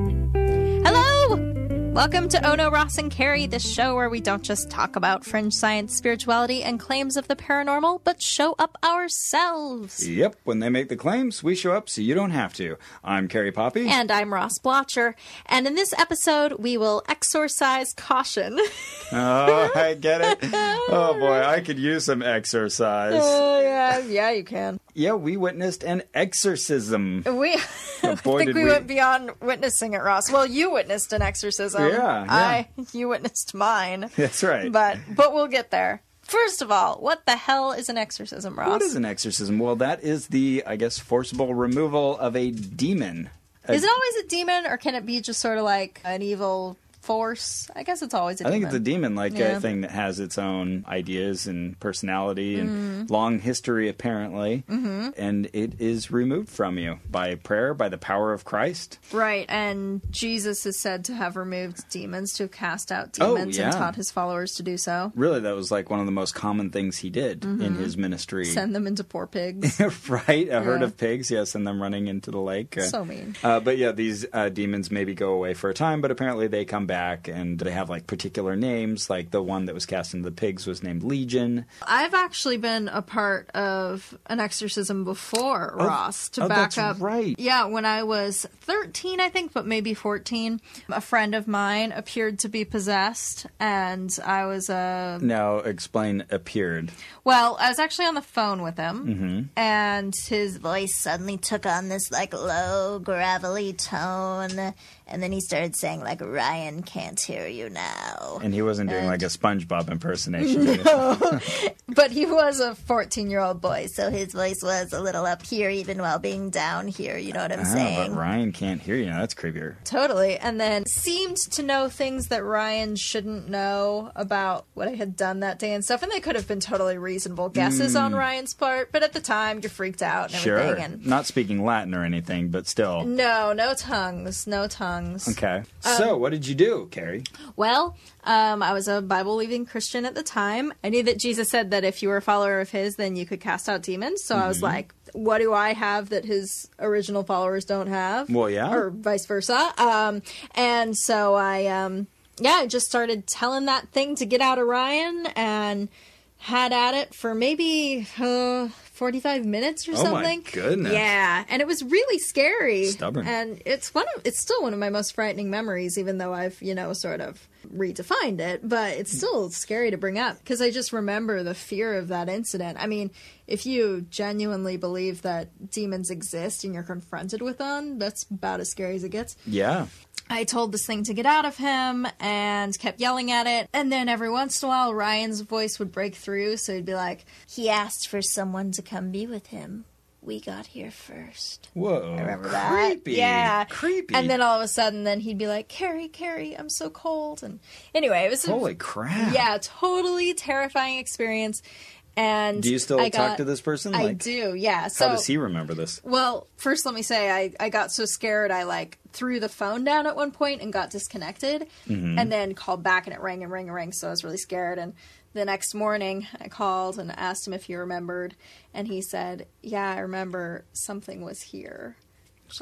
Hello! Welcome to Ono, Ross, and Carrie, the show where we don't just talk about fringe science, spirituality, and claims of the paranormal, but show up ourselves. Yep, when they make the claims, we show up so you don't have to. I'm Carrie Poppy. And I'm Ross Blotcher. And in this episode, we will exorcise caution. oh, I get it. Oh boy, I could use some Uh. exercise. yeah, yeah, you can. Oh, Yeah, we witnessed an exorcism. We boy, think did we, we- went beyond witnessing it, Ross. Well, you witnessed an exorcism. Yeah, yeah. I you witnessed mine. That's right. But but we'll get there. First of all, what the hell is an exorcism, Ross? What is an exorcism? Well, that is the, I guess, forcible removal of a demon. A- Is it always a demon, or can it be just sort of like an evil force? I guess it's always a I demon. think it's a demon like Yeah. uh, thing that has its own ideas and personality and long history, apparently. Mm-hmm. And it is removed from you by prayer, by the power of Christ. Right, and Jesus is said to have removed demons, to have cast out demons, Oh, yeah. Mm-hmm. and taught his followers to do so. Really, that was like one of the most common things he did in Mm-hmm. his ministry. Send them into poor pigs. right, a herd Yeah. of pigs, yes, and them running into the lake. Uh, so mean. Uh, but yeah, these uh, demons maybe go away for a time, but apparently they come back and they have like particular names. Like the one that was cast into the pigs was named Legion. I've actually been a part of an exorcism before, Ross, to oh, back that's up. right. Yeah, when I was 13, I think, but maybe 14, a friend of mine appeared to be possessed, and I was a Now explain appeared. Well, I was actually on the phone with him, and his voice suddenly took on this like low, gravelly tone, and then he started saying like, "Ryan can't hear you now." And he wasn't doing like a SpongeBob impersonation. did he? But he was a fourteen-year-old boy, so his voice was a little up here, even while being down here. You know what I'm Oh, saying? but Ryan can't hear you. Now that's creepier. Totally. And then seemed to know things that Ryan shouldn't know about what I had done that day and stuff. And they could have been totally reasonable guesses on Ryan's part, but at the time you're freaked out and Sure. everything. And Not speaking Latin or anything, but still. no, no tongues, no tongues. Okay. so, um, what did you do, Carrie? Well, um, I was a Bible believing Christian at the time. I knew that Jesus said that if you were a follower of his, then you could cast out demons. So I Mm-hmm. was like, what do I have that his original followers don't have? Well, yeah. Or vice versa. Um, and so I, um, yeah, I just started telling that thing to get out of Ryan and had at it for maybe uh, 45 minutes or Oh my something. goodness. Yeah. And it was really scary. Stubborn. And it's one of it's still one of my most frightening memories, even though I've, you know, sort of redefined it, but it's still scary to bring up because I just remember the fear of that incident. I mean, if you genuinely believe that demons exist and you're confronted with them, that's about as scary as it gets. Yeah. I told this thing to get out of him and kept yelling at it. And then every once in a while, Ryan's voice would break through. So he'd be like, He asked for someone to come be with him. We got here first. Whoa. remember that. creepy. Yeah. Creepy. and then all of a sudden, then he'd be like, Carrie, Carrie, I'm so cold. And anyway, it was a- Holy crap. yeah, totally terrifying experience. And Do you still I talk got- to this person? I Like, do, yeah. So How does he remember this? Well, first let me say I, I got so scared I like threw the phone down at one point and got disconnected Mm-hmm. and then called back and it rang and rang and rang so I was really scared and the next morning I called and asked him if he remembered and he said, "Yeah, I remember something was here."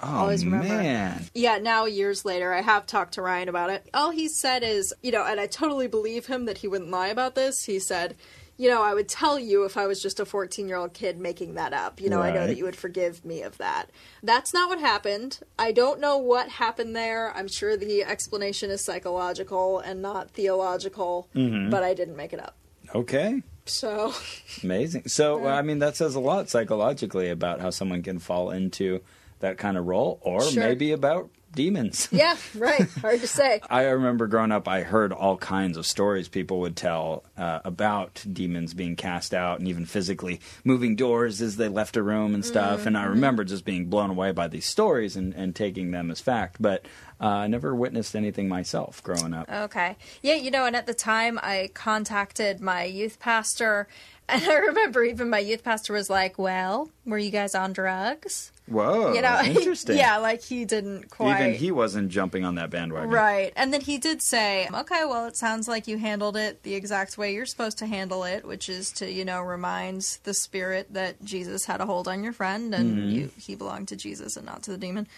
Oh always remember. man, Yeah, now years later, I have talked to Ryan about it. All he said is, you know, and I totally believe him that he wouldn't lie about this. He said, you know, I would tell you if I was just a 14 year old kid making that up. You know, I know Right. that you would forgive me of that. That's not what happened. I don't know what happened there. I'm sure the explanation is psychological and not theological, Mm-hmm. but I didn't make it up. okay, So, amazing. So well, I mean, that says a lot psychologically about how someone can fall into that kind of role, or Sure. maybe about demons. yeah, right. Hard to say. I remember growing up, I heard all kinds of stories people would tell uh, about demons being cast out and even physically moving doors as they left a room and stuff. Mm-hmm, And I remember just being blown away by these stories and, and taking them as fact. But uh, I never witnessed anything myself growing up. Okay. Yeah, you know, and at the time I contacted my youth pastor And I remember even my youth pastor was like, "Well, were you guys on drugs?" Whoa. you know, Oh, interesting. yeah, like he didn't quite. Even he wasn't jumping on that bandwagon. Right. And then he did say, okay, well, it sounds like you handled it the exact way you're supposed to handle it, which is to, you know, remind the spirit that Jesus had a hold on your friend and Mm-hmm. you, he belonged to Jesus and not to the demon.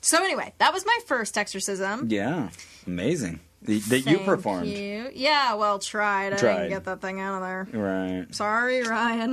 So, anyway, that was my first exorcism. Yeah. Amazing. The- that you Thank performed. you. Yeah, well, tried. I Tried. didn't get that thing out of there. Right. Sorry, Ryan.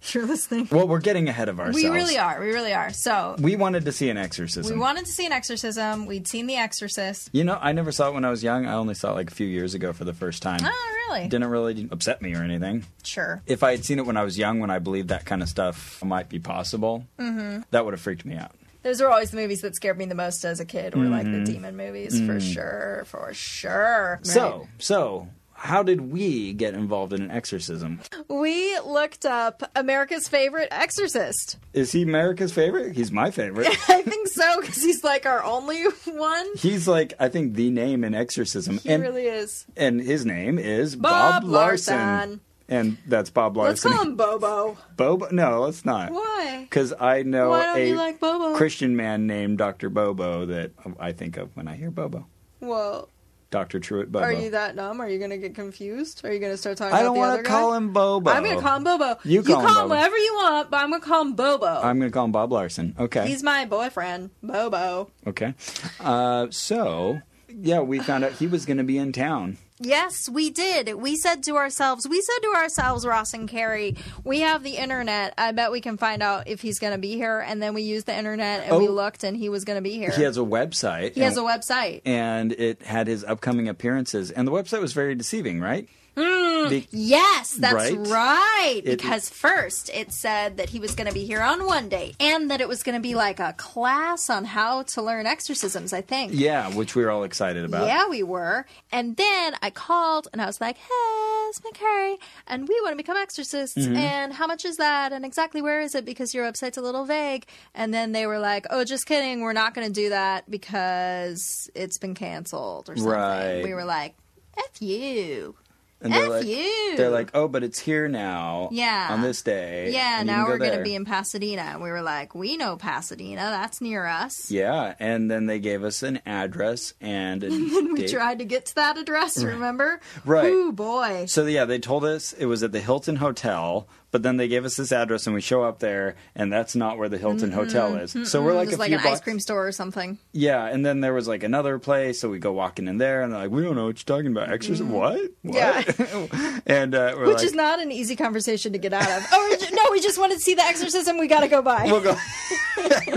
if you're listening. Well, we're getting ahead of ourselves. We really are. We really are. So, We wanted to see an exorcism. we wanted to see an exorcism. We'd seen The Exorcist. you know, I never saw it when I was young. I only saw it like a few years ago for the first time. Oh, really? Didn't really upset me or anything. sure. If I had seen it when I was young, when I believed that kind of stuff might be possible, Mm-hmm. that would have freaked me out. Those were always the movies that scared me the most as a kid, were like Mm-hmm. the demon movies for sure, for sure. Mm. So, so how did we get involved in an exorcism? we looked up America's favorite exorcist. Is he America's favorite? He's my favorite. I think so because he's like our only one. He's like I think the name in exorcism, He and really is. and his name is Bob Bob, Larson. Larson. and that's Bob Let's Larson. call him Bobo. Bobo? No, it's not. Why? Because I know Why don't a you like Bobo? Christian man named Doctor Bobo that I think of when I hear Bobo. Well, Doctor Truett Bobo. are you that dumb? Are you going to get confused? Are you going to start talking I about don't the want other to call guy? him Bobo. I'm going to call him Bobo. You call him Bobo. whatever you want, but I'm going to call him Bobo. I'm going to call him Bob Larson. Okay. He's my boyfriend, Bobo. Okay. Uh, so yeah, we found out he was going to be in town. Yes, we did. We said to ourselves, we said to ourselves, Ross and Carrie, we have the internet. I bet we can find out if he's going to be here. And then we used the internet and we Oh. looked and he was going to be here. He has a website. He has a and- website. and it had his upcoming appearances, and the website was very deceiving, right? Hmm. Be- Yes, that's right. Right? It- because first it said that he was going to be here on one day and that it was going to be like a class on how to learn exorcisms, I think. yeah, which we were all excited about. Yeah, we were. And then I called and I was like, hey, it's McCurry, and we want to become exorcists. Mm-hmm. And how much is that? And exactly where is it? Because your website's a little vague. And then they were like, oh, just kidding. We're not going to do that because it's been canceled or something. Right. We were like, F you. and they're F like, you. They're like, oh, but it's here now. Yeah. On this day. Yeah, and Eh, you now can go we're going to there." be in Pasadena. And we were like, we know Pasadena. That's near us. Yeah, and then they gave us an address and a and We tried to get to that address, remember? Right. Ooh, boy. So yeah, they told us it was at the Hilton Hotel, but then they gave us this address, and we show up there, and that's not where the Hilton Hotel is. So we're like Mm, Just a like few an blocks. ice cream store or something. Yeah, and then there was like another place, so we go walking in there, and they're like, "We don't know what you're talking about. Exorcism? What? What?" and uh, we're Mm-hmm. Which like, is not an easy conversation to get out of. Oh, we ju- no, we just wanted to see the exorcism. We got to go by. we'll go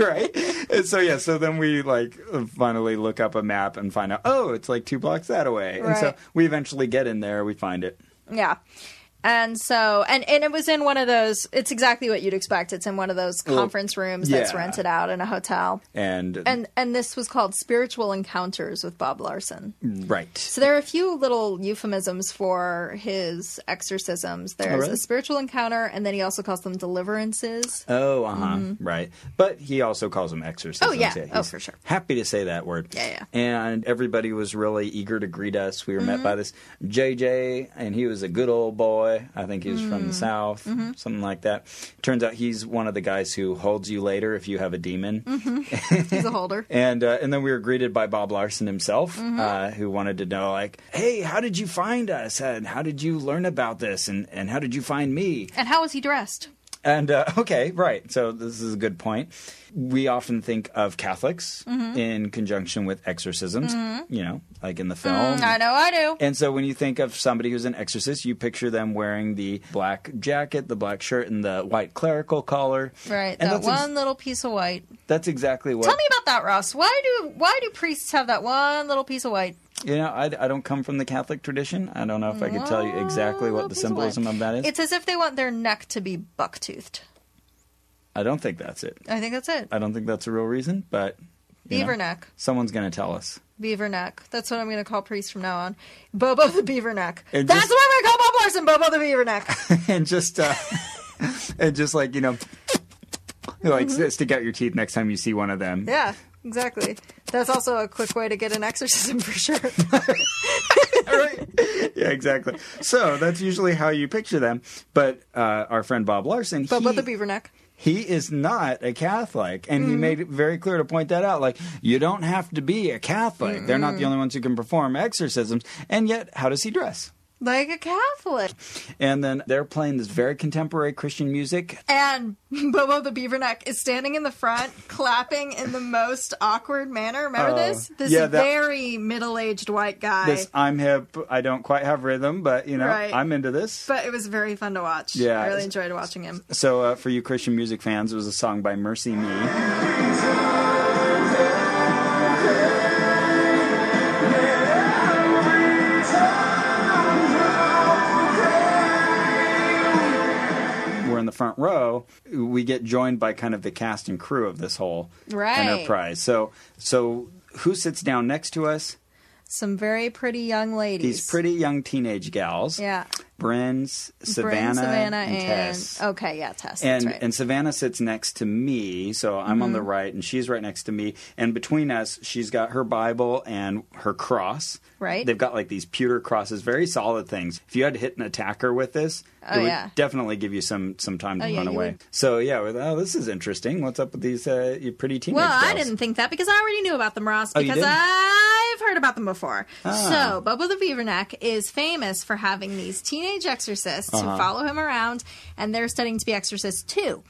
right and so yeah so then we like finally look up a map and find out oh it's like two blocks that way and so Right. we eventually get in there we find it yeah. And so, and, and it was in one of those, it's exactly what you'd expect. It's in one of those conference rooms that's yeah. rented out in a hotel. and, And, and this was called Spiritual Encounters with Bob Larson. right So there are a few little euphemisms for his exorcisms. There's really? a spiritual encounter, and then he also calls them deliverances. oh uh-huh right but he also calls them exorcisms Mm-hmm. Oh, yeah. Oh, he's for sure. happy to say that word Yeah, yeah. Mm-hmm. and everybody was really eager to greet us we were met by this jj and he was a good old boy i think he was from the Mm. south Mm-hmm. something like that turns out he's one of the guys who holds you later if you have a demon Mm-hmm. He's a holder. And uh, and then we were greeted by Bob Larson himself, Mm-hmm. uh, who wanted to know like, hey, how did you find us? And how did you learn about this? And and how did you find me? And how was he dressed? And uh, okay, right. So this is a good point. We often think of Catholics Mm-hmm. in conjunction with exorcisms. You know, like in the film. Mm, I know I do. Um, And so when you think of somebody who's an exorcist, you picture them wearing the black jacket, the black shirt, and the white clerical collar. Right, And that that's ex- one little piece of white. that's exactly what. Tell me about that, Ross. Why do why do priests have that one little piece of white? You know, I, I don't come from the Catholic tradition. I don't know if I could tell you exactly what the Piece of symbolism white. of that is. It's as if they want their neck to be buck-toothed. I don't think that's it. I think that's it. I don't think that's a real reason, but you Beaver know, neck, someone's going to tell us. beaver neck. That's what I'm going to call priests from now on. Bobo the beaver neck. And That's just- what I'm going to call Bob Larson. Bobo the beaver neck. and just uh, and just like, you know, like stick out your teeth next time you see one of them. Yeah, exactly. That's also a quick way to get an exorcism for sure. right. Yeah, exactly. So that's usually how you picture them. But uh, our friend Bob Larson, But he, but the beaver neck. he is not a Catholic, and he made it very clear to point that out. Like, you don't have to be a Catholic. They're not the only ones who can perform exorcisms. And yet, how does he dress? Like a Catholic. And then they're playing this very contemporary Christian music. And Bobo the beaver neck is standing in the front, clapping in the most awkward manner. Remember Oh, this? This yeah, that- very middle aged white guy. This I'm hip. I don't quite have rhythm, but you know, Right. I'm into this. But it was very fun to watch. Yeah. I really enjoyed watching him. So, uh, for you Christian music fans, it was a song by Mercy Me. We're in the front row. We get joined by kind of the cast and crew of this whole Right. enterprise. So, so who sits down next to us? Some very pretty young ladies. These pretty young teenage gals. Yeah. Bryn, S- Savannah, Bryn, Savannah, and, Tess. Okay, yeah, Tess. and, that's right. Mm-hmm. and Savannah sits next to me, so I'm on the right, and she's right next to me. And between us, she's got her Bible and her cross. Right. They've got like these pewter crosses, very solid things. If you had to hit an attacker with this, Oh, it would yeah. definitely give you some some time to Oh, yeah, run you away. would. So yeah, well, oh, this is interesting. What's up with these uh, you pretty teenage well, I girls? didn't think that because I already knew about them, Ross, Oh, you because didn't? I've heard about them before. Ah. So, Bobo the Beaverneck is famous for having these teenage exorcists Uh-huh. who follow him around, and they're studying to be exorcists too.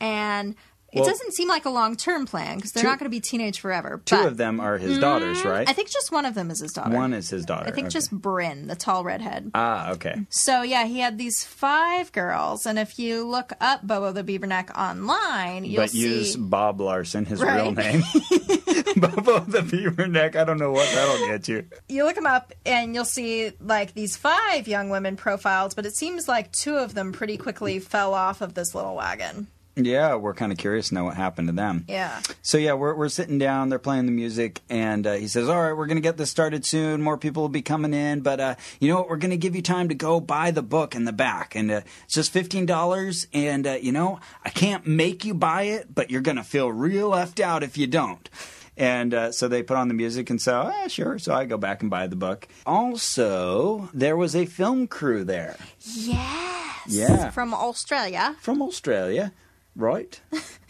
And it Well- doesn't seem like a long term plan because they're Two- not going to be teenage forever. Two but of them are his daughters, right? Hmm, I think just one of them is his daughter. one is his daughter. I think Okay. just Bryn, the tall redhead. ah okay. So yeah, he had these five girls, and if you look up Bobo the Beaverneck online, you'll but see. use Bob Larson, his Right. real name. Bobo the Beaver Neck. I don't know what that'll get you. you look them up and you'll see like these five young women profiled, but it seems like two of them pretty quickly fell off of this little wagon. Yeah, we're kind of curious to know what happened to them. Yeah. So yeah, we're we're sitting down. They're playing the music, and uh, he says, "All right, we're gonna get this started soon. More people will be coming in, but uh, you know what? We're gonna give you time to go buy the book in the back, and uh, it's just fifteen dollars. And uh, you know, I can't make you buy it, but you're gonna feel real left out if you don't." And uh, so they put on the music and so, ah, sure. So I go back and buy the book. Also, there was a film crew there Yes. Yeah. From Australia. from Australia, right?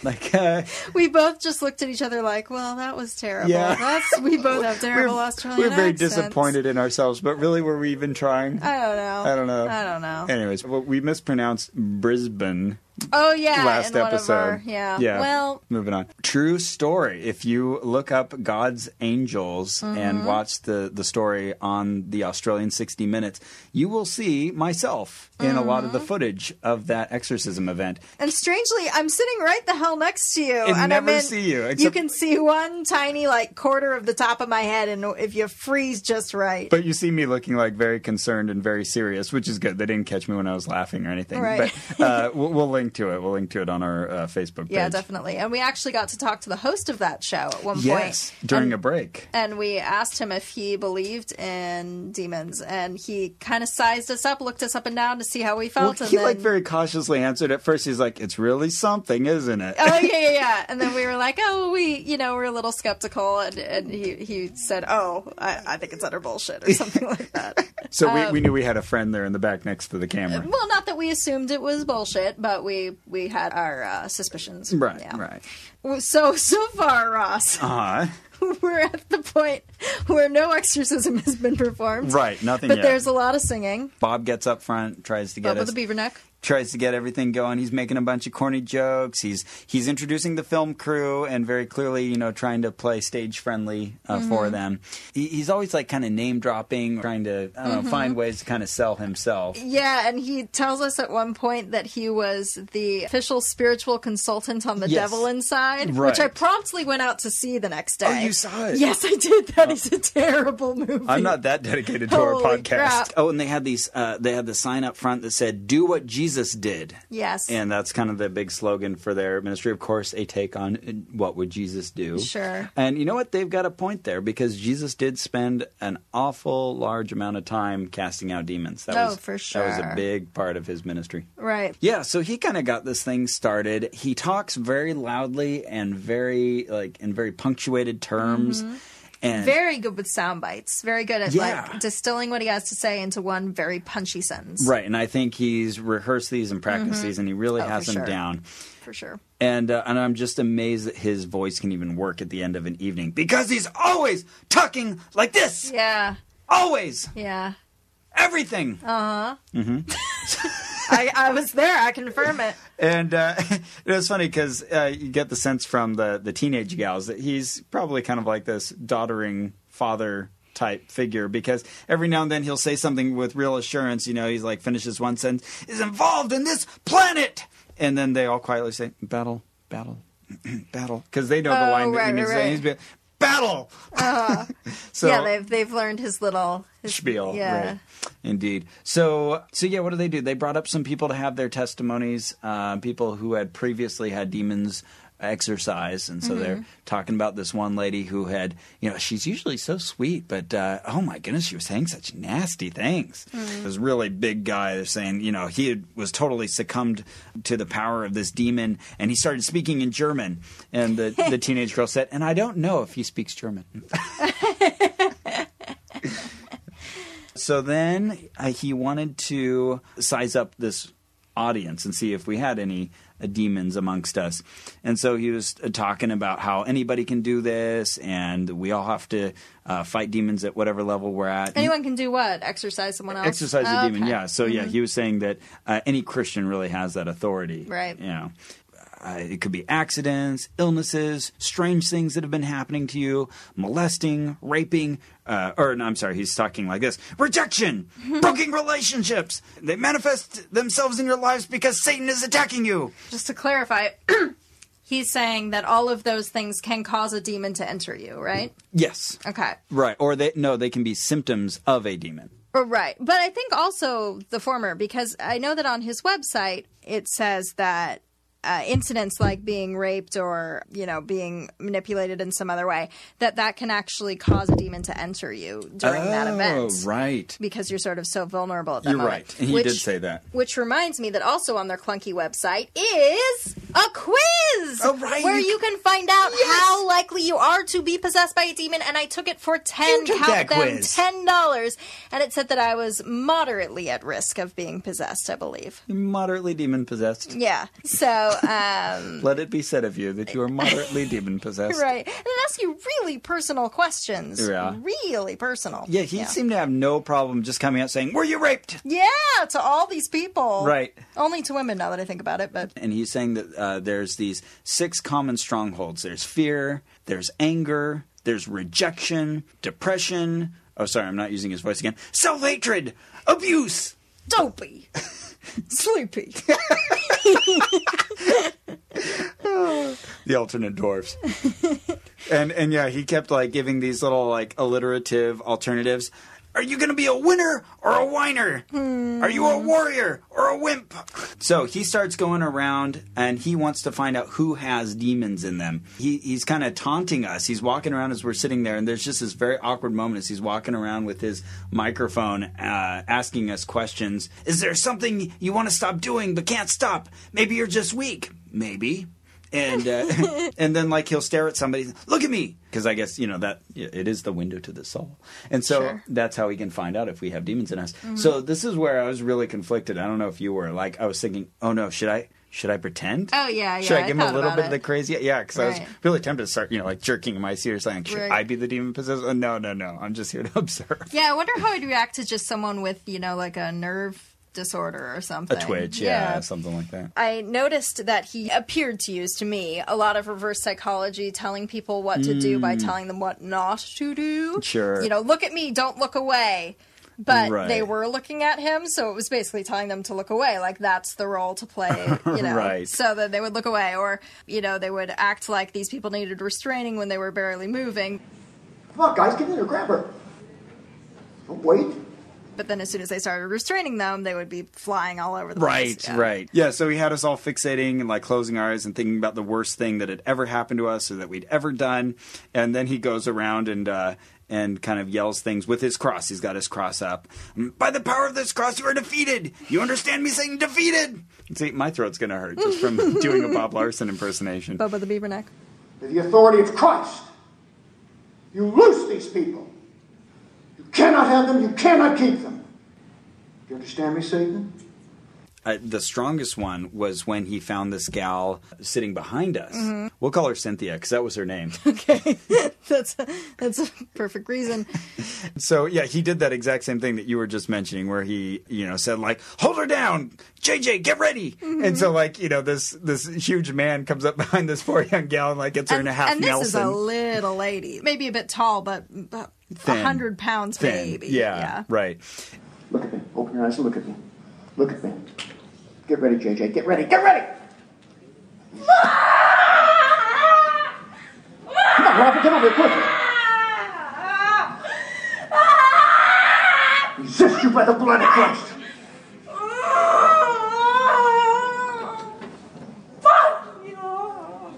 Like, uh, We both just looked at each other like, well, that was terrible. Yeah. That's we both have terrible Australian we're very accents. disappointed in ourselves, but really, were we even trying? I don't know. I don't know. I don't know. Anyways, well, we mispronounced Brisbane oh yeah. last in one episode. Of our, yeah. Well, moving on. True story. If you look up God's Angels Mm-hmm. and watch the the story on the Australian 60 Minutes, you will see myself in a lot of the Mm-hmm. footage of that exorcism event. And strangely, I'm sitting right the hell next to you, And and never I'm in, see you, you except- can see one tiny like quarter of the top of my head, and if you freeze just right, But you see me looking like very concerned and very serious, which is good. They didn't catch me when I was laughing or anything. Right. But uh, we'll, we'll link to it. We'll link to it on our uh, Facebook page. yeah, definitely. And we actually got to talk to the host of that show at one Yes, point, during and, a break. and we asked him if he believed in demons, and he kind of sized us up, looked us up and down to see how we felt, well, and he then. like very cautiously answered. At first, he's like, "It's really something, isn't it?" Oh yeah, yeah, yeah. And then we were like, "Oh, we, you know, we're a little skeptical," and, and he he said, "Oh, I, I think it's utter bullshit" or something like that. so oh. we, we knew we had a friend there in the back next to the camera. Well, not that we assumed it was bullshit, but we we had our uh, suspicions. Right, Yeah. right. So so far, Ross, Uh, we're at the point where no exorcism has been performed. right. Nothing. But yet. there's a lot of singing. Bob gets up front, tries to get Bubba us, the Beaver Neck. tries to get everything going. He's making a bunch of corny jokes. He's he's introducing the film crew and very clearly, you know, trying to play stage friendly uh, Mm-hmm. for them. He, he's always like kind of name dropping, trying to I Mm-hmm. don't know, find ways to kind of sell himself. Yeah, and he tells us at one point that he was the official spiritual consultant on the Yes. devil inside, Right. Oh, which I promptly went out to see the next day. you saw it? Oh. Yes, I did. That is a terrible movie. I'm not that dedicated to Holy our podcast. crap. Oh, and they had these. Uh, they had the sign up front that said "Do what Jesus did." Yes. and that's kind of the big slogan for their ministry. Of course, a take on uh, what would Jesus do? Sure. And you know what? They've got a point there because Jesus did spend an awful large amount of time casting out demons. That Oh, was for That was a sure. big part of his ministry. right. Yeah, so he kind of got this thing started. He talks very loudly and very like in very punctuated terms. And Mm-hmm. Very good with sound bites. Very good at Yeah. like distilling what he has to say into one very punchy sentence. right, and I think he's rehearsed these and practiced these, and he really Oh, has for them sure. down. For sure. And uh, and I'm just amazed that his voice can even work at the end of an evening because he's always talking like this. Yeah. Always Yeah. everything. I, I was there. I confirm it. And uh, it was funny because uh, you get the sense from the, the teenage gals that he's probably kind of like this doddering father type figure because every now and then he'll say something with real assurance. You know, he's like finishes one sentence, is involved in this planet. And then they all quietly say, battle, battle, battle. Because they know the Oh, line that right, he needs right, Uh-huh. to he's be- battle. so yeah, they've they've learned his little his, spiel. Yeah. Right. Indeed. So, so yeah, what do they do? They brought up some people to have their testimonies, uh, people who had previously had demons exercise. And so Mm-hmm. they're talking about this one lady who had, you know, she's usually so sweet, but uh, oh my goodness, she was saying such nasty things. Mm-hmm. This really big guy, they're saying, you know, he had, was totally succumbed to the power of this demon and he started speaking in German. And the, the teenage girl said, and I don't know if he speaks German. So then uh, he wanted to size up this audience and see if we had any uh, demons amongst us. And so he was uh, talking about how anybody can do this and we all have to uh, fight demons at whatever level we're at. Anyone can do what? Exercise someone else. Oh, Exercise the Okay. Mm-hmm. demon, yeah. So yeah, he was saying that uh, any Christian really has that authority, Right. You know, uh, it could be accidents, illnesses, strange things that have been happening to you, molesting, raping, uh, or no, I'm sorry, he's talking like this: rejection, broken relationships. They manifest themselves in your lives because Satan is attacking you. Just to clarify, he's saying that all of those things can cause a demon to enter you, right? Yes, Okay. right. Or they no, they can be symptoms of a demon. Or Right. But I think also the former, because I know that on his website it says that uh, incidents like being raped or, you know, being manipulated in some other way, that that can actually cause a demon to enter you during that event. Oh, right. Because you're sort of so vulnerable at that You're moment. right. He Which- did say that. Which reminds me that also on their clunky website is a quiz Oh, right. where you can find out how likely you are to be possessed by a demon. And I took it for ten, took count that them, quiz. ten dollars, and it said that I was moderately at risk of being possessed. I believe. Moderately demon possessed. Yeah. So, um, Let it be said of you that you are moderately demon possessed. right, and it asks you really personal questions. Yeah. Really personal. Yeah, he seemed to have no problem just coming out saying, Were you raped? Yeah, to all these people. Right. Only to women now that I think about it, but And he's saying that uh, there's these six common strongholds there's fear, there's anger, there's rejection, depression. Oh, sorry, I'm not using his voice again. Self hatred, abuse. dopey. Sleepy. the alternate dwarfs. and and yeah, he kept like giving these little like alliterative alternatives. Are you going to be a winner or a whiner? Are you a warrior or a wimp? So he starts going around and he wants to find out who has demons in them. He, he's kind of taunting us. He's walking around as we're sitting there, and there's just this very awkward moment as he's walking around with his microphone uh, asking us questions. Is there something you want to stop doing but can't stop? Maybe you're just weak. Maybe and uh, and then like he'll stare at somebody look at me because i guess you know that it is the window to the soul and so Sure. Mm-hmm. that's how we can find out if we have demons in us so this is where i was really conflicted i don't know if you were like i was thinking oh no should i should i pretend Oh, yeah, should i yeah, I give him a thought little about bit of it. the crazy yeah because i Right. was really tempted to start you know like jerking in my seat or saying should Right. i be the demon possessed oh, no no no i'm just here to observe Yeah, I wonder how I'd react to just someone with, you know, like a nerve disorder or something. a twitch yeah, something like that I noticed that he appeared to use to me a lot of reverse psychology, telling people what to do by telling them what not to do. Hmm. Sure. You know, look at me, don't look away. But Right. they were looking at him, so it was basically telling them to look away. Like that's the role to play, you know. Right. So that they would look away, or you know, they would act like these people needed restraining when they were barely moving. Come on, guys, get in there, grab her. Don't wait. But then as soon as they started restraining them, they would be flying all over the Right, place. Yeah. right. Yeah, so he had us all fixating and like closing our eyes and thinking about the worst thing that had ever happened to us or that we'd ever done. And then he goes around and uh, and kind of yells things with his cross. He's got his cross up. By the power of this cross, you are defeated. You understand me saying defeated? See, my throat's gonna hurt just from doing a Bob Larson impersonation. Bubba the Beaver Neck. To the authority of Christ. You loose these people. You cannot have them. You cannot keep them. Do you understand me, Satan? Uh, the strongest one was when he found this gal sitting behind us. We'll call her Cynthia because that was her name. Okay, that's a, that's a perfect reason. so yeah, he did that exact same thing that you were just mentioning, where he you know said like, "Hold her down, JJ, get ready." Mm-hmm. And so like you know this this huge man comes up behind this poor young gal and like gets her in a half and this Nelson. is a little lady, maybe a bit tall, but but a Thin. hundred pounds Thin. maybe. Yeah, right. Look at me. Open your eyes and look at me. Look at me. Get ready, JJ. Get ready. Get ready. Come on, Robert. Get over here quickly. Resist you by the blood of Christ.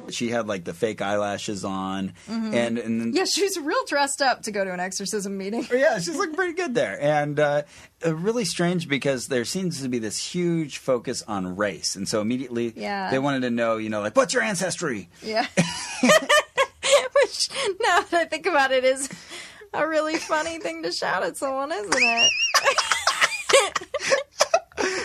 She had like the fake eyelashes on, Mm-hmm. and and then, Yeah, she was real dressed up to go to an exorcism meeting. yeah, she's looking pretty good there. And uh, uh, really strange because there seems to be this huge focus on race. And so immediately Yeah. they wanted to know, you know, like, what's your ancestry? Yeah. Which, now that I think about it, is a really funny thing to shout at someone, isn't it?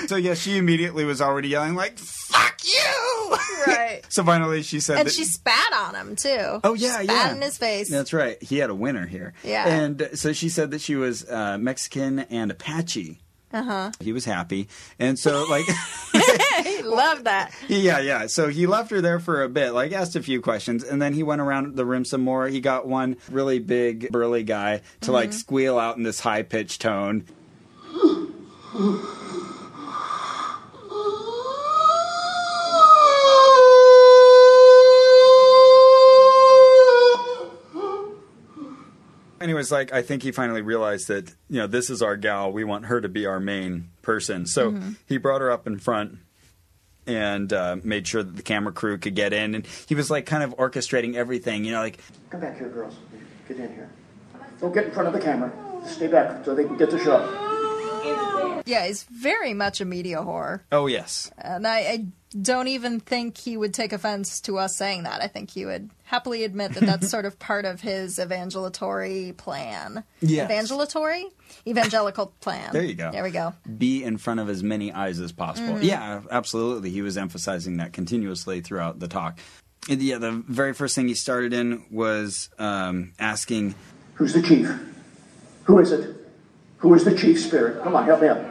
So, yeah, she immediately was already yelling, like, fuck you! Right. so finally she said, And that- she spat on him, too. Oh yeah, she spat yeah. in his face. That's right. He had a winner here. Yeah. And so she said that she was uh, Mexican and Apache. Uh Uh-huh. huh. He was happy, and so like, I love that. yeah, yeah. So he left her there for a bit, like asked a few questions, and then he went around the room some more. He got one really big burly guy to Mm-hmm. like squeal out in this high pitched tone. Anyways, like I think he finally realized that you know this is our gal. We want her to be our main person. So he brought her up in front and uh, made sure that the camera crew could get in. And he was like kind of orchestrating everything. You know, like Come back here, girls. Get in here. Don't get in front of the camera. Stay back so they can get the shot. Yeah, he's very much a media whore. oh yes, And I, I don't even think he would take offense to us saying that. I think he would happily admit that that's sort of part of his evangelatory plan. Yes. Evangelatory? Evangelical plan. There you go. There we go. be in front of as many eyes as possible. Yeah, absolutely. He was emphasizing that continuously throughout the talk. And yeah, the very first thing he started in was um, asking, Who's the chief? Who is it? Who is the chief spirit? Come on, help me out.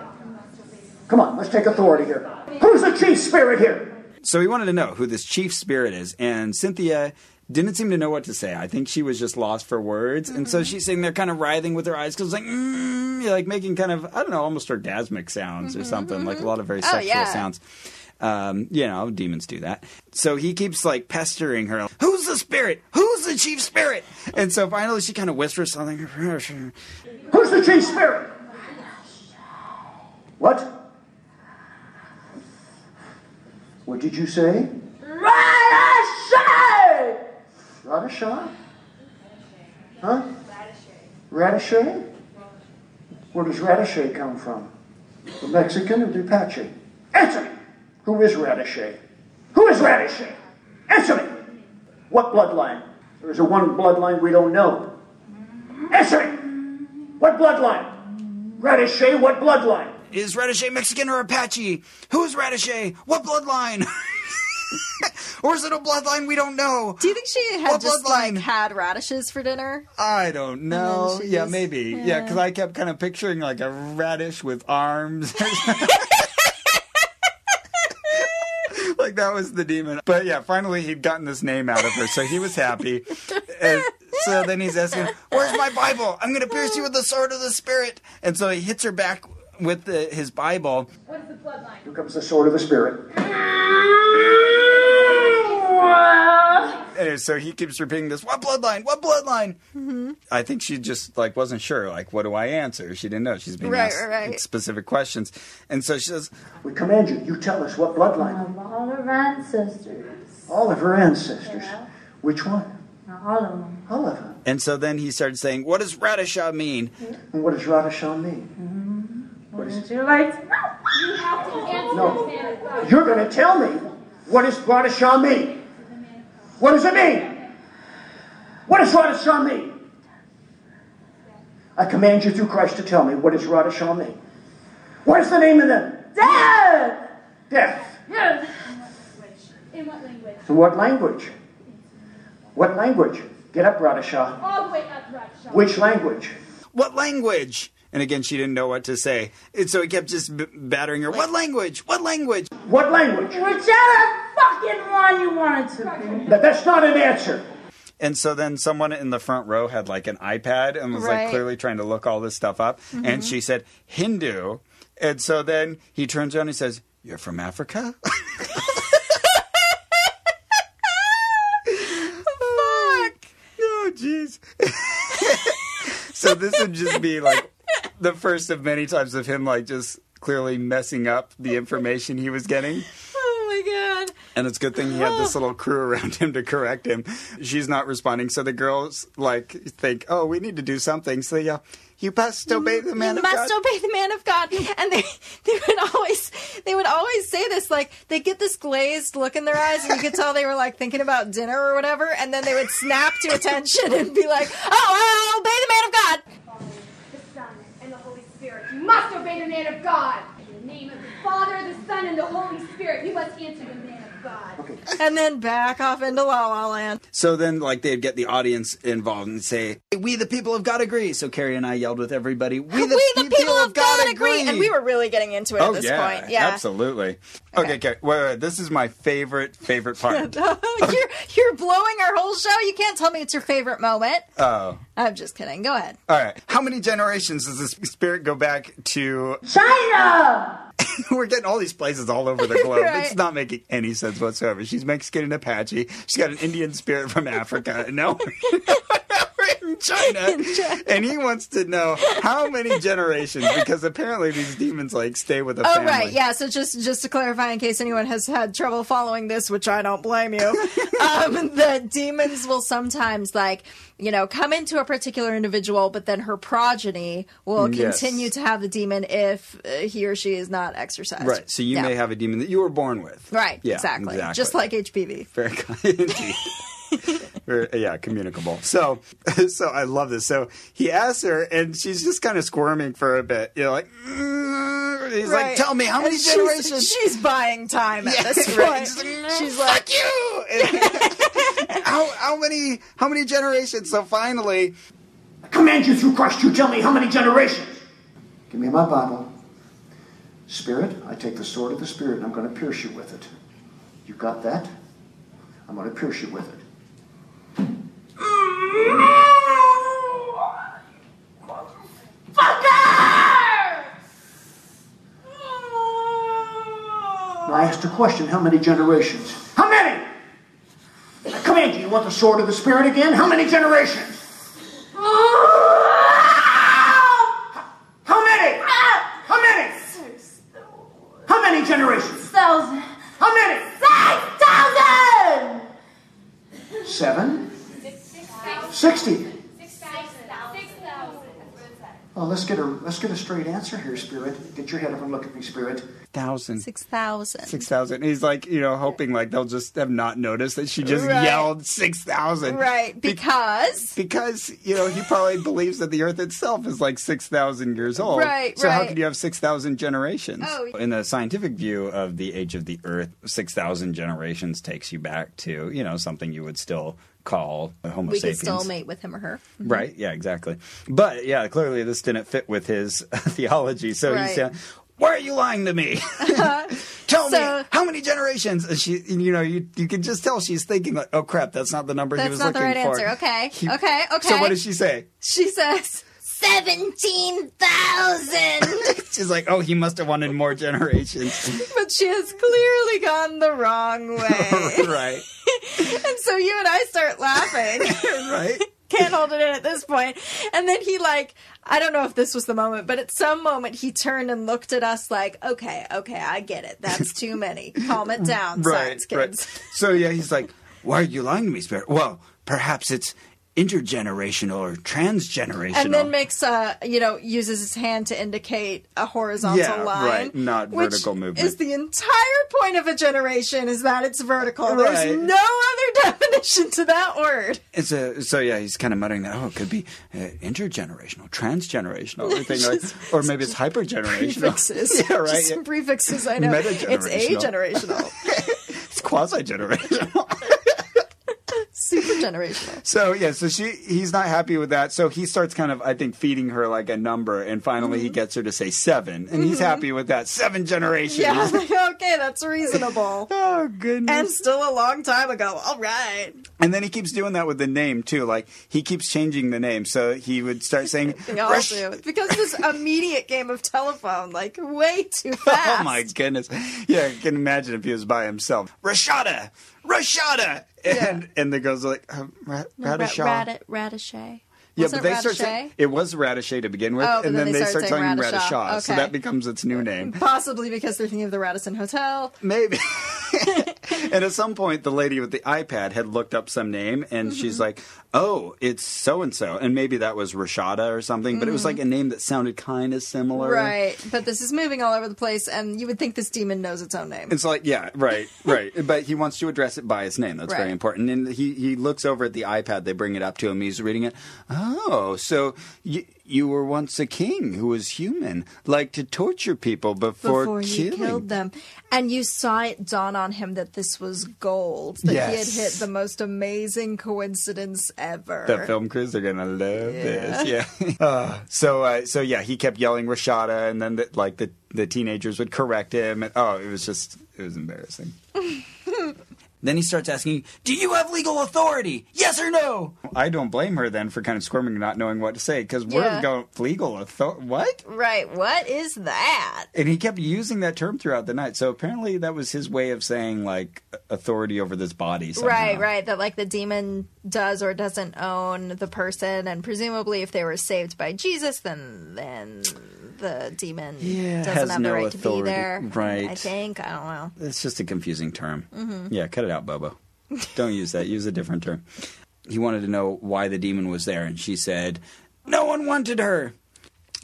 Come on, let's take authority here. Who's the chief spirit here? so he wanted to know who this chief spirit is. And Cynthia didn't seem to know what to say. I think she was just lost for words. And so she's sitting there kind of writhing with her eyes because, like, mm, like making kind of, I don't know, almost orgasmic sounds or something, like a lot of very sexual yeah. sounds. Um, you know, demons do that. So he keeps like pestering her. Who's the spirit? Who's the chief spirit? And so finally, she kind of whispers something. Who's the chief spirit? What? What did you say? Radishay! Huh? Radishay? Where does Radishay come from? The Mexican or the Apache? Answer me! Who is Radishay? Who is Radishay? Answer me! What bloodline? There is a one bloodline we don't know. Answer me! What bloodline? Radishay, what bloodline? Is Radishay Mexican or Apache? Who's Radishay? What bloodline? or is it a bloodline we don't know? Do you think she had What just bloodline? like had radishes for dinner? I don't know. then she Yeah, just- maybe. Yeah, because I kept kind of picturing like a radish with arms. like that was the demon. But yeah, finally he'd gotten this name out of her, so he was happy. And so then he's asking, "Where's my Bible? I'm going to pierce you with the sword of the spirit." And so he hits her back with the, his Bible. Here comes the sword of the spirit. And so he keeps repeating this, "What bloodline? What bloodline?" I think she just like wasn't sure. Like, what do I answer? She didn't know. She's being Right, asked right, right. specific questions, and so she says, We command you, you tell us what bloodline. Of all of our ancestors. All of her ancestors. Which one? All of them. All of them. and so then he started saying, "What does Radishaw mean?" And what does Radishan mean? Wouldn't you Mm-hmm. like to know? No. You're going to tell me what does Radishan mean? What does it mean? What does Radishan mean? I command you through Christ to tell me what is Radishah mean. What is the name of them? Death! Death. Yes! In what language? In what language? What language? Get up, Radishah. All the way up, Bradshaw. Which language? What language? And again, she didn't know what to say. And so he kept just b- battering her. What language? What language? What language? Whichever fucking one you want it to That, that's not an answer. And so then someone in the front row had like an iPad and was Right. like clearly trying to look all this stuff up. And she said, Hindu. And so then he turns around and he says, You're from Africa? Fuck. Oh, jeez. so this would just be like the first of many times of him like just clearly messing up the information he was getting. Oh my god. And it's a good thing he had this little crew around him to correct him. She's not responding, so the girls like think, "Oh, we need to do something." So they yell, "You must obey the man you of must God." obey the man of God. And they they would always they would always say this like they get this glazed look in their eyes and you could tell they were like thinking about dinner or whatever and then they would snap to attention and be like, "Oh, I'll obey the man of God." The Son and the Holy Spirit. You must obey the man of God. In the name of the Father, the Son, and the Holy Spirit, you must answer the man of God. And then back off into La La Land. so then, like they'd get the audience involved and say, "We the people of God agree." So Carrie and I yelled with everybody, "We the, we the people of God, agree. and we were really getting into it Oh at this yeah, point. Yeah, absolutely. Okay, Carrie, wait, wait, this is my favorite favorite part. you're you're blowing our whole show. You can't tell me it's your favorite moment. oh, I'm just kidding. Go ahead. all right. How many generations does this spirit go back to be. China! We're getting all these places all over the globe. Right. It's not making any sense whatsoever. She's Mexican and Apache. She's got an Indian spirit from Africa. And now we're, in, China. And he wants to know how many generations, because apparently these demons like stay with a Oh family. right, yeah. So just just to clarify, in case anyone has had trouble following this, which I don't blame you, um, the demons will sometimes like you know come into a particular individual, but then her progeny will Mm, Yes. continue to have the demon if uh, he or she is not exercised. Right. So you Yeah. may have a demon that you were born with. right Yeah, exactly. just like HPV. Fair kind. Very- yeah, communicable. So, so I love this. So he asks her, and she's just kind of squirming for a bit. You know, like "Mm." he's like, Right. "Tell me how And many she's- generations." She's, buying time at Yes, this point. right. She's like, she's like, Fuck you! And- how how many how many generations? So finally, I command you through Christ, you tell me how many generations. Give me my Bible. Spirit, I take the sword of the Spirit and I'm going to pierce you with it. You got that? I'm going to pierce you with it. And I asked a question how many generations? How many? I command you, you want the sword of the Spirit again? How many generations? How many? How many? How many generations? Thousand! How many? Six thousand! Seven? Sixty. Oh, let's get a let's get a straight answer here, Spirit. Get your head up and look at me, Spirit. thousand. six thousand. Six thousand. He's like, you know, hoping like they'll just have not noticed that she just Right. yelled six thousand. Right, because because you know he probably believes that the earth itself is like 6000 years old Right, so how right. could you have 6000 generations Oh. in the scientific view of the age of the earth 6000 generations takes you back to you know something you would still call a homo we could sapiens still mate with him or her. right yeah exactly but yeah clearly this didn't fit with his theology so he Right. Uh-huh. said why are you lying to me? tell me So- how many generations? And she, and, you know, you you can just tell she's thinking like, oh crap, that's not the number he That's was not the looking right answer. for. Okay. He- okay. Okay. So what does she say? She says, 17,000! She's like, oh, he must have wanted more generations. but she has clearly gone the wrong way. right. and so you and I start laughing. Right. Can't hold it in at this point. And then he, like, I don't know if this was the moment, but at some moment he turned and looked at us like, okay, okay, I get it. That's too many. Calm it down, Right. science Right. kids. So yeah, he's like, why are you lying to me, Spirit? Well, perhaps it's intergenerational or transgenerational. And then makes uh you know uses his hand to indicate a horizontal Yeah, line, right, not which vertical movement. Is the entire point of a generation is that it's vertical. Right. There's no other another definition to that word. It's a, so yeah, he's kind of muttering that. Oh, it could be uh, intergenerational, transgenerational, everything, like, or maybe it's hypergenerational. Prefixes. yeah, right. Just some prefixes I know. It's a generational. It's quasi generational. Super generational. So yeah, so she he's not happy with that. So he starts kind of I think feeding her like a number, and finally Mm-hmm. he gets her to say seven, and he's happy with that seven generation. Yeah, okay, that's reasonable. Oh goodness! and still a long time ago. All right. And then he keeps doing that with the name too. Like he keeps changing the name. So he would start saying, They all "Rush- do. It's because of this immediate game of telephone, like way too fast. Oh my goodness. Yeah, I can imagine if he was by himself. Rashada! Rashada! And and the girls are like, um, Ra- Radishaw. Rad- Radishay. yeah, Was but it they start Radishay? saying, it was Radishay to begin with, Oh, but and then, they start, saying telling him Radishaw. Radishaw. So Okay. that becomes its new name. Possibly because they're thinking of the Radisson Hotel. Maybe. and at some point, the lady with the iPad had looked up some name, and Mm-hmm. she's like, "Oh, it's so and so," and maybe that was Rashada or something. But it was like a name that sounded kind of similar. Mm-hmm. Right. But this is moving all over the place, and you would think this demon knows its own name. It's like, yeah, right, right. but he wants to address it by its name. That's very Right. important. And he, he looks over at the iPad. They bring it up to him. He's reading it. Oh, so y- you were once a king who was human, like to torture people before, Before you killing. killed them. And you saw it dawn on him that this was gold, that Yes. he had hit the most amazing coincidence ever. The film crews are gonna love this. Yeah. Uh, so uh, so yeah, he kept yelling Rashada, and then the, like the the teenagers would correct him. And, oh, it was just it was embarrassing. Then he starts asking, "Do you have legal authority? Yes or no?" I don't blame her then for kind of squirming, and not knowing what to say, because we're Yeah. going legal authority. What? Right. What is that? And he kept using that term throughout the night. So apparently, that was his way of saying like authority over this body. Somehow. Right, right. That like the demon does or doesn't own the person, and presumably if they were saved by Jesus, then then the demon Yeah, doesn't has have no the right to authority. be there. Right. I think I don't know. It's just a confusing term. Mm-hmm. Yeah, cut it out, Bobo. Don't use that. Use a different term. He wanted to know why the demon was there, and she said, No one wanted her.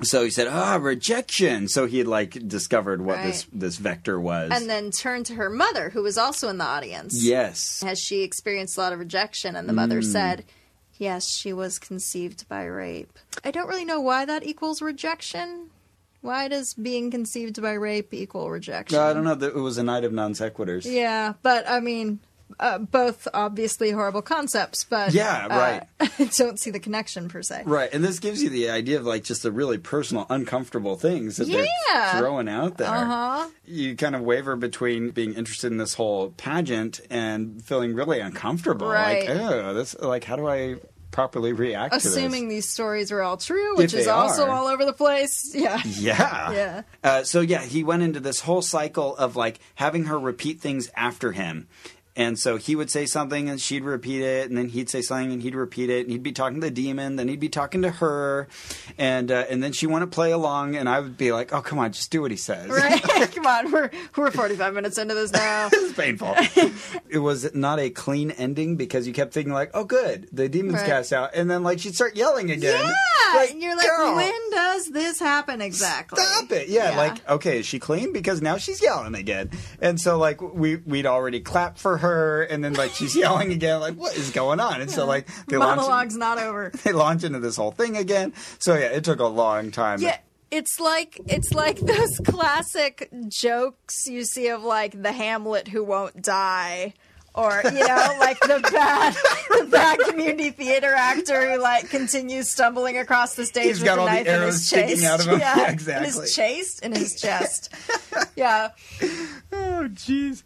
So he said, Ah, rejection. So he had like discovered what this, Right. this vector was. And then turn to her mother, who was also in the audience. yes. Has she experienced a lot of rejection? And the mother Hmm. said, "Yes, she was conceived by rape." I don't really know why that equals rejection. Why does being conceived by rape equal rejection? I don't know. It was a night of non sequiturs. Yeah, but I mean, uh, both obviously horrible concepts, but Yeah, right. uh, I don't see the connection per se. Right, and this gives you the idea of like just the really personal, uncomfortable things that they're Yeah. throwing out there. Uh-huh. You kind of waver between being interested in this whole pageant and feeling really uncomfortable. Right. Like, oh, this like how do I properly react Assuming to these stories are all true, which If is they also are. all over the place. Yeah. this? Yeah. Yeah. Uh, so yeah, he went into this whole cycle of like having her repeat things after him. And so he would say something and she'd repeat it, and then he'd say something and he'd repeat it, and he'd be talking to the demon, then he'd be talking to her, and uh, and then she want to play along, and I would be like, oh come on, just do what he says. Right. Come on, we're we're 45 minutes into this now. It's painful. it was not a clean ending because you kept thinking like, oh good, the demons Right. cast out, and then like she'd start yelling again. Yeah, and you're like, "Girl, when does this happen exactly? Stop it! Yeah, like okay, is she clean? Because now she's yelling again, and so like we we'd already clapped for her, and then like she's yelling again. Like what is going on? And so like they launch monologue's not over. they launch into this whole thing again. So yeah, it took a long time. Yeah. It's like it's like those classic jokes you see of like the Hamlet who won't die. Or you know, like the bad, the bad community theater actor who like continues stumbling across the stage He's with got a all the knife in arrows his sticking chest. out of him. Yeah, in Exactly. his chest, in his chest. yeah, Oh jeez.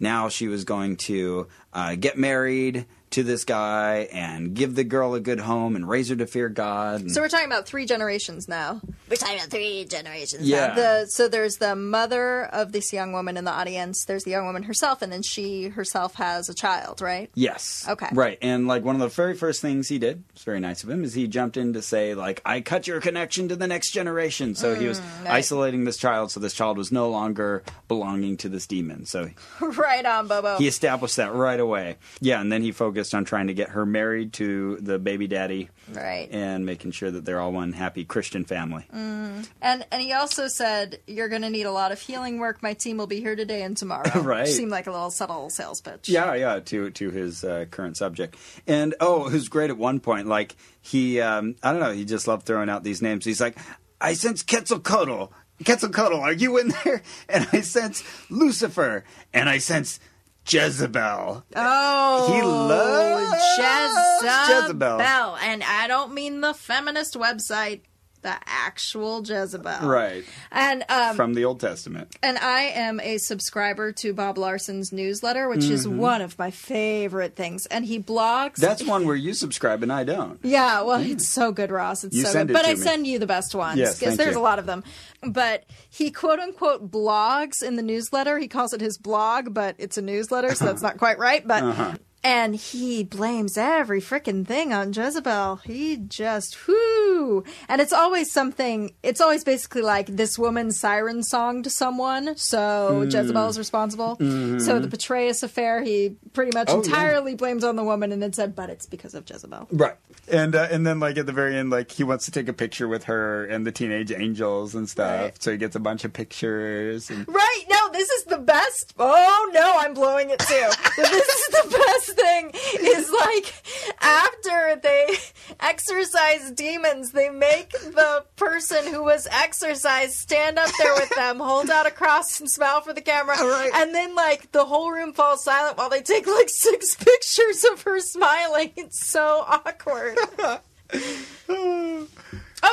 Now she was going to uh, get married to this guy and give the girl a good home and raise her to fear God. and- so we're talking about three generations now. We're talking about three generations. Yeah. The so there's the mother of this young woman in the audience. There's the young woman herself, and then she herself has a child, right? Yes. Okay. Right. And like one of the very first things he did, it's very nice of him, is he jumped in to say, like, I cut your connection to the next generation. So he was isolating this child so this child was no longer belonging to this demon. So right on, Bobo. he established that right away. Yeah, and then he focused on trying to get her married to the baby daddy Right. and making sure that they're all one happy Christian family. And and he also said, "You're going to need a lot of healing work. My team will be here today and tomorrow." Right. Seemed like a little subtle sales pitch. Yeah, yeah, to to his uh, current subject, and oh, who's great at one point. Like he, um, I don't know, he just loved throwing out these names. He's like, I sense Quetzalcoatl. Quetzalcoatl, are you in there? And I sense Lucifer, and I sense Jezebel. Oh, He loves Jezebel. Jezebel. And I don't mean the feminist website, the actual Jezebel. Right And um, from the Old Testament. and I am a subscriber to Bob Larson's newsletter, which is one of my favorite things. And he blogs. Mm-hmm. That's one where you subscribe and I don't. Yeah, well, it's so good, Ross. It's You so send good. it But to I me. send you the best ones Yes, because thank there's you. a lot of them. But he quote unquote blogs in the newsletter. He calls it his blog, but it's a newsletter, so that's not quite right. But Uh-huh. and he blames every frickin' thing on Jezebel. He just whoo, and it's always something. It's always basically like this woman siren songed someone, so Mm. Jezebel is responsible. So the Petraeus affair, he pretty much Mm-hmm. Oh, yeah. entirely blames on the woman, and then said, "But it's because of Jezebel." Right, and uh, and then like at the very end, like he wants to take a picture with her and the teenage angels and stuff. Right. So he gets a bunch of pictures. And Right? No, this is the best. Oh no, I'm blowing it too. this is the best thing. Is like after they exorcise demons, they make the person who was exorcised stand up there with them, hold out a cross, and smile for the camera. And then like the whole room falls silent while they take like six pictures of her smiling. It's so awkward. Oh,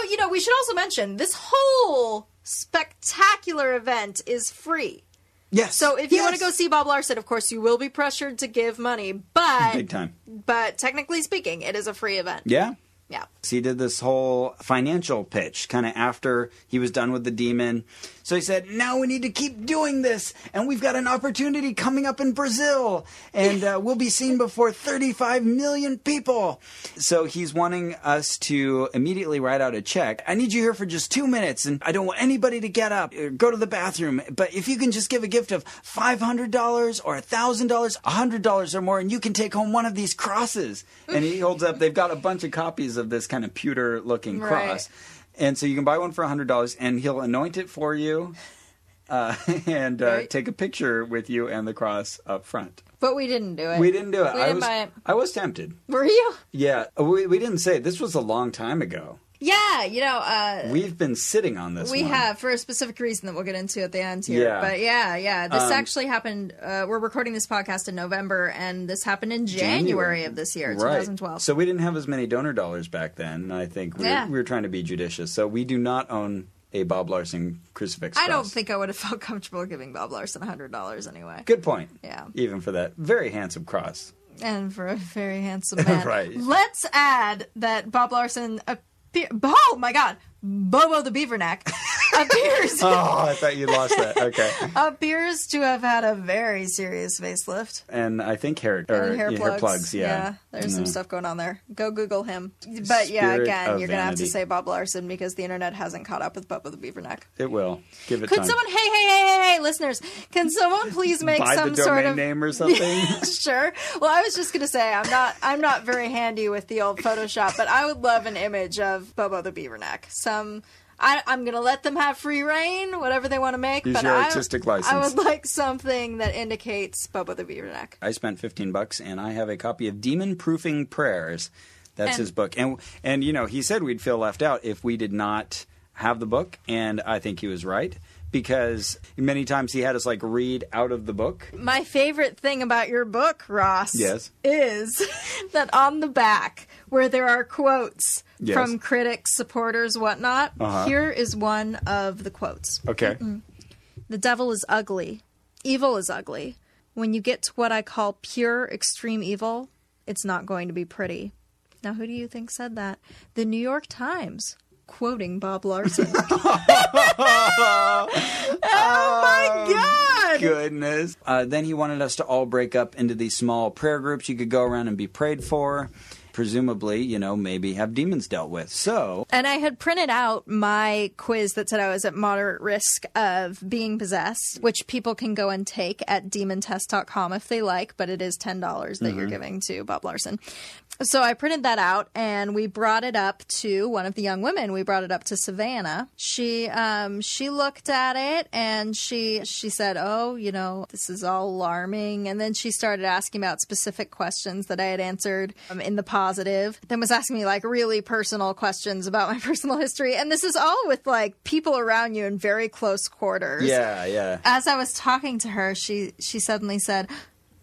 you know, we should also mention this whole spectacular event is free. yes. So if you want to go see Bob Larson, of course you will be pressured to give money, but big time, but technically speaking, it is a free event. yeah. Yeah. So he did this whole financial pitch kind of after he was done with the demon. So he said, Now we need to keep doing this, and we've got an opportunity coming up in Brazil, and uh, we'll be seen before 35 million people. So he's wanting us to immediately write out a check. I need you here for just two minutes, and I don't want anybody to get up or go to the bathroom, but if you can just give a gift of $500 or $1,000, $100 or more, and you can take home one of these crosses. And he holds up, they've got a bunch of copies of this kind of pewter looking Right. cross. And so you can buy one for $100 and he'll anoint it for you uh, and uh, Right. take a picture with you and the cross up front. But we didn't do it. We didn't do it. We I, didn't was, buy it. I was tempted. Were you? Yeah, we, we didn't say it. this was a long time ago. Yeah, you know, uh We've been sitting on this. we one. have for a specific reason that we'll get into at the end here. Yeah. But yeah, yeah. This Um, actually happened uh we're recording this podcast in November and this happened in January, of this year, Right. 2012. So we didn't have as many donor dollars back then. and I think we, Yeah. we were trying to be judicious. So we do not own a Bob Larson crucifix. I don't cross. think I would have felt comfortable giving Bob Larson $100 anyway. Good point. Yeah. Even for that very handsome cross. and for a very handsome man. Right. Let's add that Bob Larson appear. Oh my God, Bobo the Beaverneck appears Oh, I thought you lost that. Okay. appears to have had a very serious facelift. And I think hair or And hair yeah, plugs. Yeah. Mm-hmm. there's some stuff going on there. Go Google him. But yeah, Spirit again, of you're gonna have to vanity. say Bob Larson because the internet hasn't caught up with Bobo the Beaverneck. It will give it Could time. someone? Hey, hey, hey, hey, hey, listeners! Can someone please make buy some the domain sort of name or something? sure. Well, I was just gonna say I'm not I'm not very handy with the old Photoshop, but I would love an image of Bobo the Beaverneck. Some I, I'm gonna let them have free reign, whatever they want to make. Use but your I- artistic I license. would like something that indicates Bobo the Beaverneck. I spent 15 bucks and I have a copy of Demon Proofing Prayers. That's And- his book. And and you know, he said we'd feel left out if we did not have the book and I think he was right because many times he had us like read out of the book. My favorite thing about your book, Ross, Yes. is that on the back where there are quotes Yes. Uh-huh. from critics, supporters, whatnot. here is one of the quotes. Okay. Mm-hmm. The devil is ugly. Evil is ugly. When you get to what I call pure extreme evil, it's not going to be pretty. Now, who do you think said that? The New York Times, quoting Bob Larson. oh my God! Goodness. Uh, then he wanted us to all break up into these small prayer groups you could go around and be prayed for. presumably, you know, maybe have demons dealt with. So, And I had printed out my quiz that said I was at moderate risk of being possessed, which people can go and take at demontest.com if they like, but it is $10 that you're giving to Bob Larson. So I printed that out and we brought it up to one of the young women. We brought it up to Savannah. She um, she looked at it and she she said, "Oh, you know, this is all alarming." And then she started asking about specific questions that I had answered um, in the positive. Then was asking me like really personal questions about my personal history. And this is all with like people around you in very close quarters. yeah, yeah. As I was talking to her, she she suddenly said,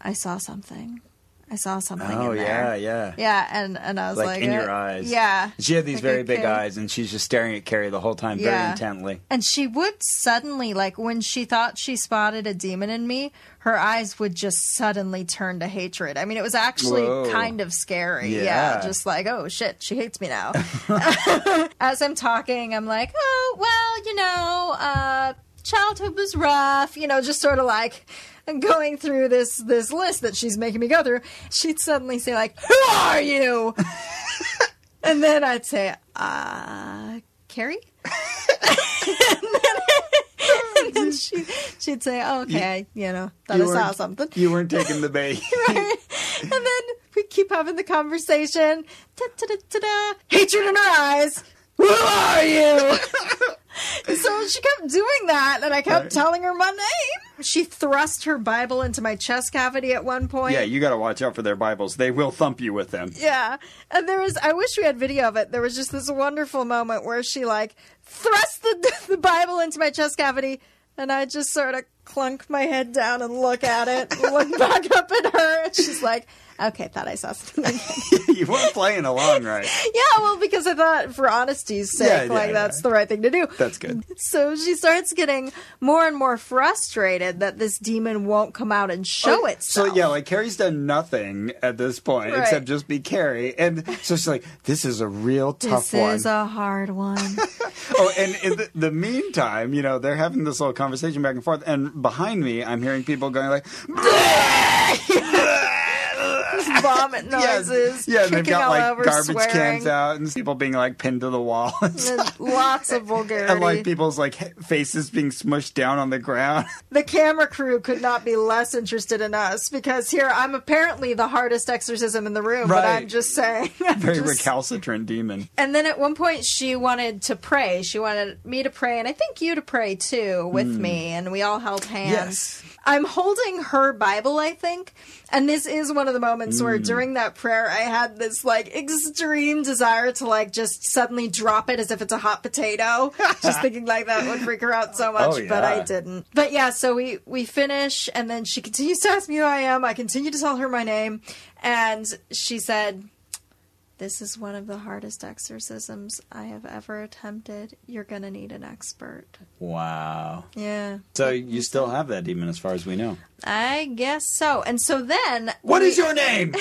"I saw something. I saw something." Oh, in there. yeah, yeah. Yeah, and and I was Like, like, in uh, your eyes. Yeah, She had these Like a very big kid. eyes, and she's just staring at Carrie the whole time, very Yeah. intently. And she would suddenly, like when she thought she spotted a demon in me, her eyes would just suddenly turn to hatred. I mean, it was actually Whoa. kind of scary. Yeah. Yeah. just like oh shit, she hates me now. As I'm talking, I'm like, oh well, you know, uh, childhood was rough. You know, just sort of like. Going through this this list that she's making me go through, she'd suddenly say like, "Who are you?" and then I'd say, "Uh, Carrie." and then she she'd say, oh, "Okay, you, know, thought I saw something." You weren't taking the bait. and then we keep having the conversation. Da-da-da-da-da. Hatred in her eyes. Who are you? so she kept doing that, and I kept telling her my name. She thrust her Bible into my chest cavity at one point. yeah, you got to watch out for their Bibles. They will thump you with them. Yeah. And there was, I wish we had video of it. There was just this wonderful moment where she like thrust the, the Bible into my chest cavity and I just sort of clunk my head down and look at it, and look back up at her. And she's like, okay, thought I saw something. you weren't playing along, right? yeah, well, because I thought for honesty's sake, Yeah, yeah, like yeah. that's the right thing to do. That's good. So she starts getting more and more frustrated that this demon won't come out and show itself. Oh, So yeah, like Carrie's done nothing at this point Right. except just be Carrie, and so she's like, "This is a real tough This one." is a hard one. oh, and in the, the meantime, you know, they're having this little conversation back and forth, and behind me, I'm hearing people going like, vomit yeah, noises. yeah, and they've kicking got all like over, garbage swearing, cans out, and people being like pinned to the wall, and lots of vulgarity. and like people's like he- faces being smushed down on the ground. the camera crew could not be less interested in us because here I'm apparently the hardest exorcism in the room, but Right. I'm just saying. I'm Very just- recalcitrant demon. And then at one point she wanted to pray. She wanted me to pray, and I think you to pray too with me, and we all held hands. Hmm. Yes. I'm holding her Bible, I think. And this is one of the moments Mm. where during that prayer I had this like extreme desire to like just suddenly drop it as if it's a hot potato. just thinking like that would freak her out so much, Oh, but I yeah. didn't. But yeah, so we we finish and then she continues to ask me who I am. I continue to tell her my name and she said this is one of the hardest exorcisms I have ever attempted. You're gonna need an expert. Wow. Yeah. So you still have that demon, as far as we know. I guess so. And so then What is your name?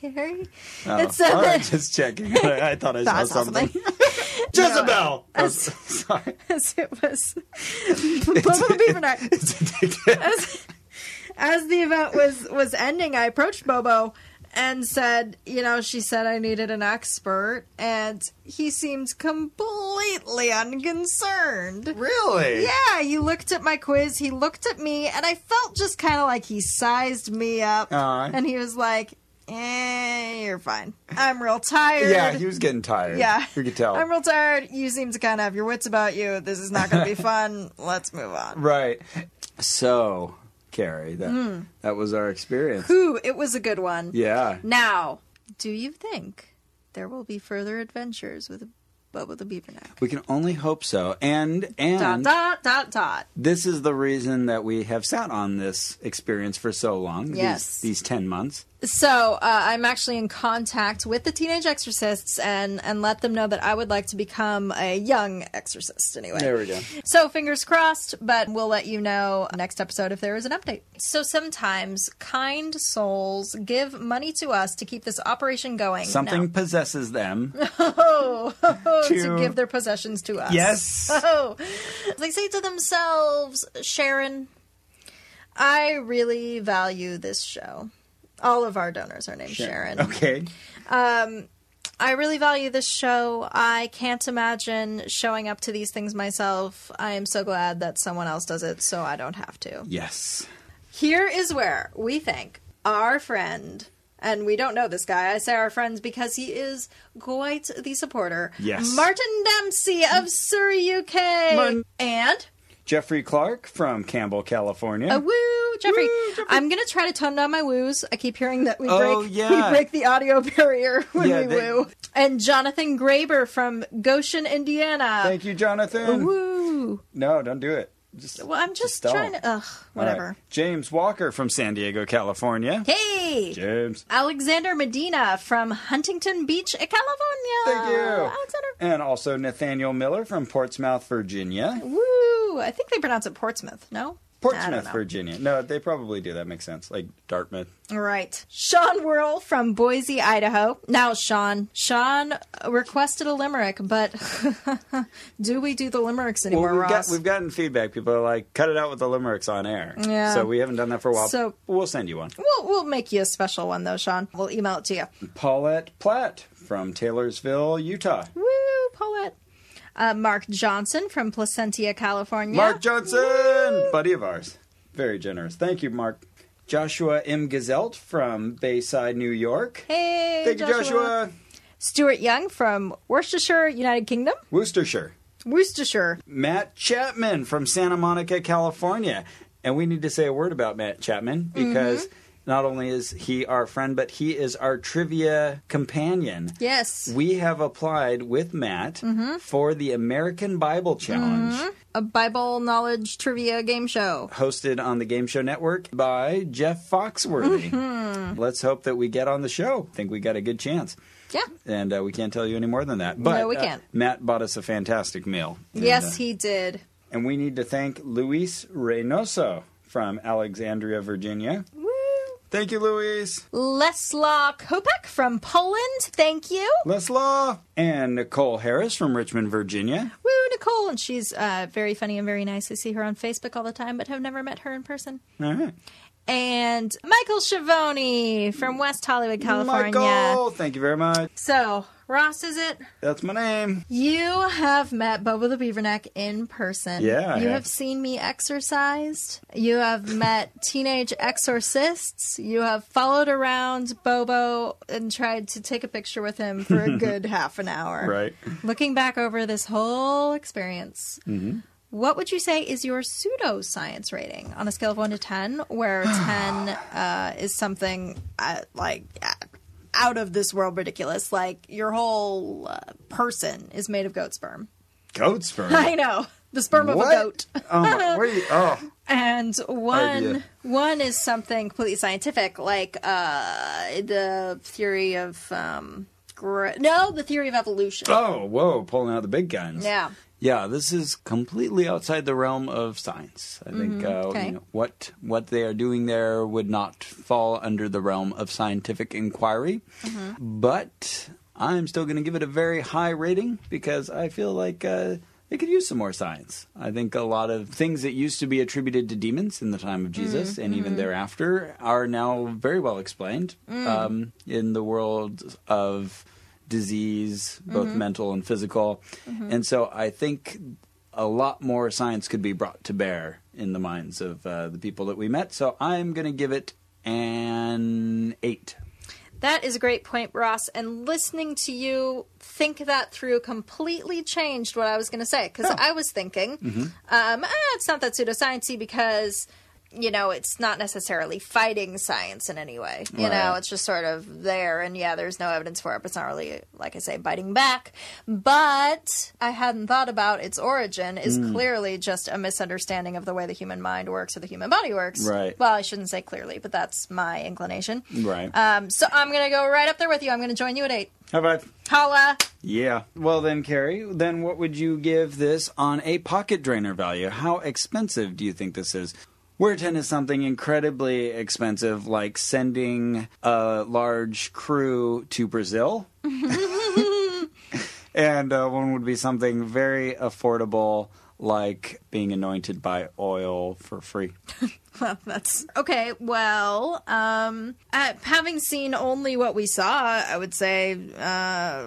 Carrie? Oh, It's uh, a- all right, just checking. I, I thought I saw Thought something. something. Jezebel. Oh, sorry. As it was Bubba the Beaver Nut. It's addictive. as, as the event was was ending, I approached Bobo and said, you know, she said I needed an expert, and he seemed completely unconcerned. Really? Yeah, he looked at my quiz, he looked at me, and I felt just kind of like he sized me up, Aw. and he was like, "Eh, you're fine. I'm real tired." Yeah, he was getting tired. Yeah. you could tell. I'm real tired. You seem to kind of have your wits about you. This is not going to be fun. Let's move on. right. So, Carrie, that Hmm. that was our experience. Ooh, it was a good one. Yeah. Now, do you think there will be further adventures with Bubba the Beaverneck? We can only hope so. And Dot and dot dot dot. this is the reason that we have sat on this experience for so long. these- Yes. these ten months. So uh, I'm actually in contact with the teenage exorcists and and let them know that I would like to become a young exorcist anyway. There we go. So fingers crossed, but we'll let you know next episode if there is an update. So sometimes kind souls give money to us to keep this operation going. Something Now, possesses them. to, to- give their possessions to us. yes. Oh, they say to themselves, Sharon, I really value this show. All of our donors are named Sharon. Okay. Um, I really value this show. I can't imagine showing up to these things myself. I am so glad that someone else does it so I don't have to. Yes. Here is where we thank our friend, and we don't know this guy. I say our friends because he is quite the supporter. Yes. Martin Dempsey of Surrey, UK. Martin. and Jeffrey Clark from Campbell, California. a woo, Jeffrey. I'm going to try to tone down my woos. I keep hearing that we Oh, break yeah. we break the audio barrier when Yeah, we they- woo. And Jonathan Graber from Goshen, Indiana. Thank you, Jonathan. Woo. No, don't do it. Just, Well, I'm just, don't. trying to. Ugh, All right. whatever. James Walker from San Diego, California. Hey! James. Alexander Medina from Huntington Beach, California. Thank you. Alexander. And also Nathaniel Miller from Portsmouth, Virginia. Woo! I think they pronounce it Portsmouth, no? I don't Portsmouth, know. Virginia. No, they probably do. That makes sense. Like Dartmouth. All right. Sean Whirl from Boise, Idaho. Now, Sean. Sean requested a limerick, but do we do the limericks anymore, Well, we've, got, Ross? we've gotten feedback. People are like, cut it out with the limericks on air. Yeah. So we haven't done that for a while. So- we'll send you one. We'll, we'll make you a special one, though, Sean. We'll email it to you. Paulette Platt from Taylorsville, Utah. Woo, Paulette. Uh, Mark Johnson from Placentia, California. Mark Johnson, buddy of ours. Very generous. Thank you, Mark. Joshua M. Gazelt from Bayside, New York. Hey, Thank you, Joshua. Stuart Young from Worcestershire, United Kingdom. Worcestershire. Worcestershire. Matt Chapman from Santa Monica, California. And we need to say a word about Matt Chapman because not only is he our friend, but he is our trivia companion. Yes. We have applied with Matt for the American Bible Challenge a Bible knowledge trivia game show. hosted on the Game Show Network by Jeff Foxworthy. Mm-hmm. Let's hope that we get on the show. I think we got a good chance. Yeah. And uh, we can't tell you any more than that. But we uh, can't. Matt bought us a fantastic meal. And, Yes, uh, he did. And we need to thank Luis Reynoso from Alexandria, Virginia. Woo. Thank you, Luis. Leslaw Kopek from Poland. Thank you. Leslaw. And Nicole Harris from Richmond, Virginia. Woo, Nicole. And she's uh, very funny and very nice. I see her on Facebook all the time, but have never met her in person. All right. And Michael Schiavone from West Hollywood, California. Michael, thank you very much. So, Ross, is it? That's my name. You have met Bubba the Beaverneck in person. Yeah, I You have. have seen me exercised. You have met teenage exorcists. You have followed around Bobo and tried to take a picture with him for a good half an hour. Right. Looking back over this whole experience, Mm-hmm. what would you say is your pseudoscience rating on a scale of 1 to 10, where 10 uh, is something uh, like uh, out of this world ridiculous? Like your whole uh, person is made of goat sperm. Goat sperm. I know. The sperm of a What? goat. Oh, my, where you, oh. And one Idea. one is something completely scientific, like uh, the theory of um, gra- no, the theory of evolution. Oh, whoa, pulling out the big guns. Yeah. Yeah, this is completely outside the realm of science. I think uh, okay. you know, what what they are doing there would not fall under the realm of scientific inquiry. But I'm still going to give it a very high rating because I feel like uh, they could use some more science. I think a lot of things that used to be attributed to demons in the time of Jesus and even thereafter are now very well explained um, in the world of disease, both mental and physical. And so I think a lot more science could be brought to bear in the minds of uh, the people that we met. So I'm going to give it an eight. That is a great point, Ross. And listening to you think that through completely changed what I was going to say Oh. because I was thinking, Mm-hmm. um, ah, it's not that pseudosciency because you know it's not necessarily fighting science in any way. You know, Right. it's just sort of there, and yeah, there's no evidence for it. But it's not really, like I say, biting back. But I hadn't thought about its origin is Mm. clearly just a misunderstanding of the way the human mind works or the human body works. Right. Well, I shouldn't say clearly, but that's my inclination. Right. Um, so I'm gonna go right up there with you. I'm gonna join you at eight. How about? Holla! Yeah. Well, then, Carrie, then what would you give this on a pocket drainer value? How expensive do you think this is? Where 10 is something incredibly expensive, like sending a large crew to Brazil. and uh, one would be something very affordable, like being anointed by oil for free. Well, that's okay. Well, um, uh, having seen only what we saw, I would say uh,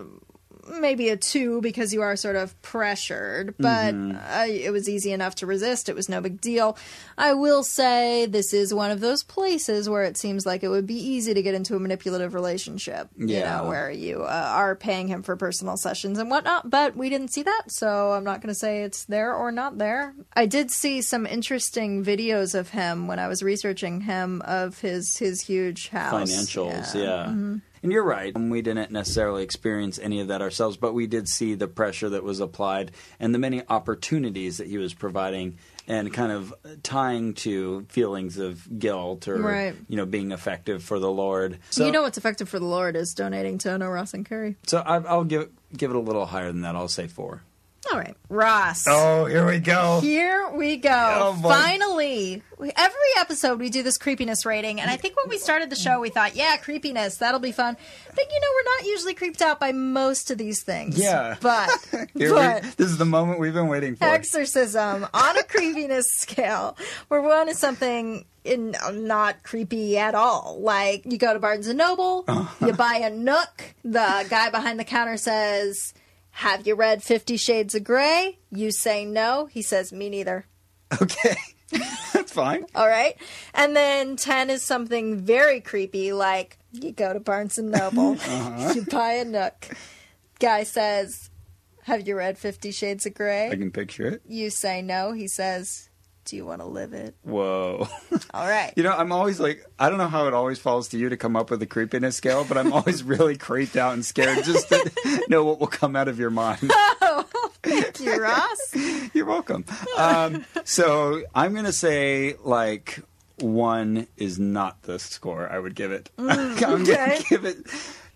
maybe a two because you are sort of pressured, but Mm-hmm. uh, it was easy enough to resist. It was no big deal. I will say this is one of those places where it seems like it would be easy to get into a manipulative relationship, you Yeah. know, where you uh, are paying him for personal sessions and whatnot, but we didn't see that, so I'm not going to say it's there or not there. I did see some interesting videos of him when I was researching him of his his huge house. Mm-hmm. Financials, yeah. And you're right. We didn't necessarily experience any of that ourselves, but we did see the pressure that was applied and the many opportunities that he was providing and kind of tying to feelings of guilt or Right. you know being effective for the Lord. So you know what's effective for the Lord is donating to Ono Ross and Curry. so I, I'll give give it a little higher than that. I'll say 4. All right, Ross. Oh, here we go. Here we Oh, go. boy. Finally. We- Every episode we do this creepiness rating, and I think when we started the show we thought, yeah, creepiness, that'll be fun. But you know, we're not usually creeped out by most of these things. Yeah. But Here we- but this is the moment we've been waiting for. exorcism on a creepiness scale where one is something in not creepy at all like you go to barnes and noble you buy a nook the guy behind the counter says have you read 50 shades of gray you say no he says me neither Okay. That's fine. all right and then 10 is something very creepy like you go to barnes and noble you buy a nook guy says have you read 50 shades of gray I can picture it. you say no. He says, Do you want to live it? Whoa. All right. You know, I'm always like, I don't know how it always falls to you to come up with a creepiness scale, but I'm always really creeped out and scared just to know what will come out of your mind. Thank you, Ross. You're welcome. Um, so I'm going to say, like, one is not the score I would give it. I'm going okay. to give it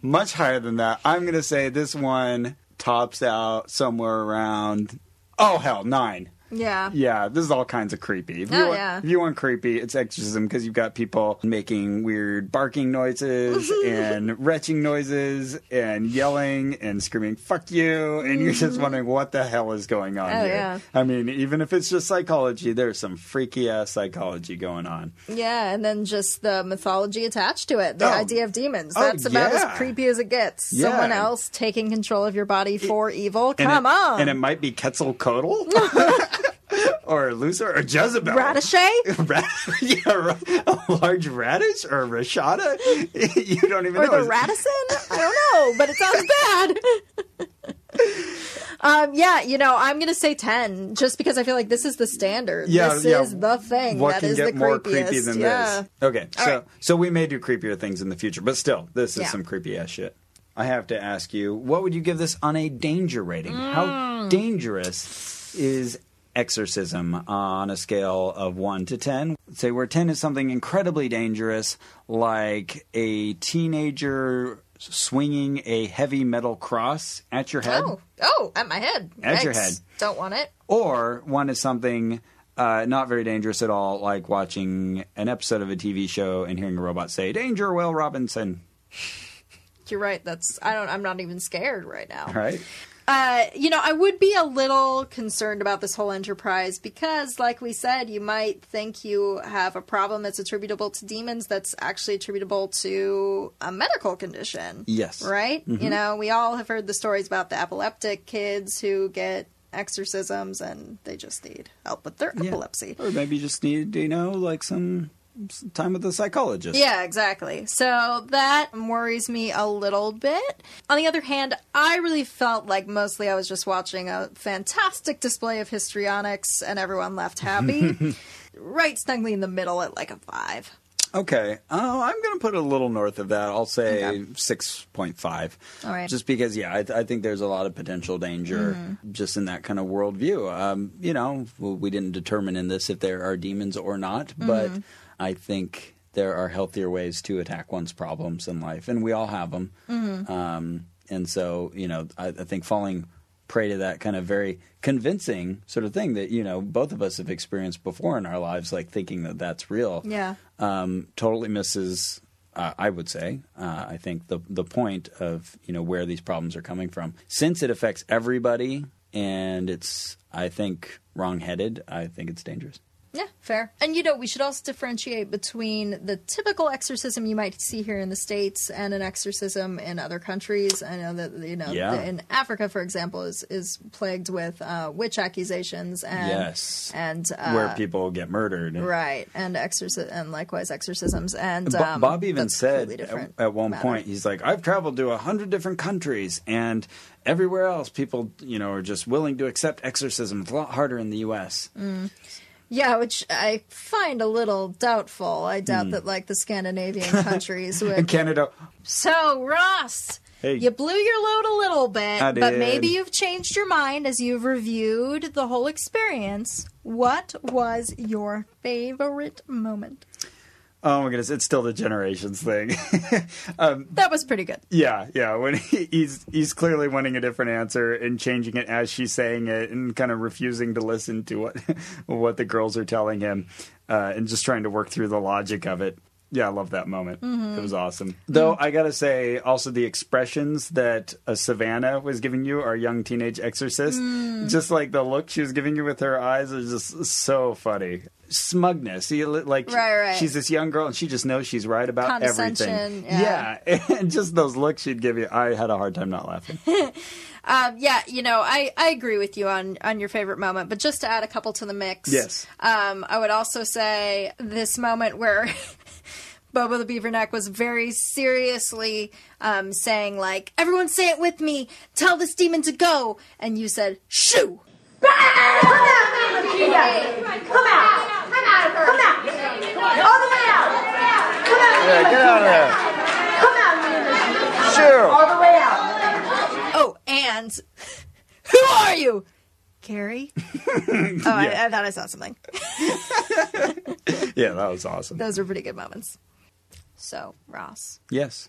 much higher than that. I'm going to say this one tops out somewhere around, oh, hell, nine. Yeah. Yeah, this is all kinds of creepy. If you, Oh, want, yeah. if you want creepy, it's exorcism because you've got people making weird barking noises and retching noises and yelling and screaming "fuck you," and you're just wondering what the hell is going on Mm-hmm. Oh, here. yeah. I mean, even if it's just psychology, there's some freaky ass psychology going on. Yeah. And then just the mythology attached to it the Oh. idea of demons. Oh, That's about yeah. as creepy as it gets. Yeah. Someone else taking control of your body for evil. And Come it, on. and it might be Quetzalcoatl or Lucifer or Jezebel. Ratache? Ra- yeah, ra- a large radish or rashada? you don't even Or know. the It's- Radisson? I don't know, but it sounds bad. um, yeah, you know, I'm going to say 10 just because I feel like this is the standard. Yeah, this yeah. is the thing. What that can is get the more creepiest. creepy than yeah. this? Okay, so right. so we may do creepier things in the future, but still, this is Yeah. some creepy ass shit. I have to ask you, what would you give this on a danger rating? Mm. How dangerous is exorcism on a scale of 1 to 10? Say where 10 is something incredibly dangerous, like a teenager swinging a heavy metal cross at your head. Oh, oh, at my head. At your Yikes. head. Don't want it. or one is something uh, not very dangerous at all, like watching an episode of a TV show and hearing a robot say "Danger, Will Robinson." You're right. That's I don't. I'm not even scared right now. Right? Uh, you know, I would be a little concerned about this whole enterprise because, like we said, you might think you have a problem that's attributable to demons that's actually attributable to a medical condition. Yes. Mm-hmm. Right. You know, we all have heard the stories about the epileptic kids who get exorcisms and they just need help with their Yeah. epilepsy. Or maybe you just need, you know, like some, some time with a psychologist. Yeah, exactly. So that worries me a little bit. On the other hand, I really felt like mostly I was just watching a fantastic display of histrionics and everyone left happy. right snugly in the middle at like a five. Okay. Oh, I'm going to put it a little north of that. I'll say 6.5. All right. Just because, yeah, I, I think there's a lot of potential danger Mm-hmm. just in that kind of worldview. Um, you know, well, we didn't determine in this if there are demons or not, but Mm-hmm. I think there are healthier ways to attack one's problems in life, and we all have them. Mm-hmm. Um, and so, you know, I, I think falling prey to that kind of very convincing sort of thing that you know both of us have experienced before in our lives like thinking that that's real Yeah. um, totally misses. Uh, I would say, uh, I think the the point of you know where these problems are coming from, since it affects everybody and it's I think wrongheaded. I think it's dangerous. Yeah, fair. And you know, we should also differentiate between the typical exorcism you might see here in the states and an exorcism in other countries. I know that you know Yeah. the- in Africa, for example, is is plagued with uh, witch accusations and Yes. and uh, where people get murdered. right and exorcism and likewise exorcisms and Bo- um, Bob even that's said completely at, different at one matter. point, he's like, I've traveled to a hundred different countries, and everywhere else, people, you know, are just willing to accept exorcism. It's a lot harder in the U.S. Mm. Yeah, which I find a little doubtful. I Hmm. doubt that like the Scandinavian countries would In Canada, So, Ross, Hey. you blew your load a little bit, I but did. maybe you've changed your mind as you've reviewed the whole experience. What was your favorite moment? oh my goodness, it's still the generations thing. That was pretty good. Yeah, yeah. When he, he's he's clearly wanting a different answer and changing it as she's saying it, and kind of refusing to listen to what what the girls are telling him, uh, and just trying to work through the logic of it. Yeah, I love that moment. Mm-hmm. It was awesome. Though I gotta say, also the expressions that uh, Savannah was giving you, our young teenage exorcist, Mm. just like the look she was giving you with her eyes, is just so funny. Smugness, you li- like Right, right. she's this young girl and she just knows she's right about everything. Condescension, yeah. yeah, and just those looks she'd give you, I had a hard time not laughing. Um, yeah, you know, I, I agree with you on, on your favorite moment, but just to add a couple to the mix, Yes. um, I would also say this moment where Bobo the Beaverneck was very seriously um, saying, like, everyone say it with me, tell this demon to go, and you said, shoo! Come out. Come out. Come out of her. Come out. All the way out. Come out. Yeah, get out of there. Come out, Nina. Sure. All the way out. Oh, and who are you? Carrie? oh, I, I thought I saw something. yeah, that was awesome. Those were pretty good moments. So, Ross. yes.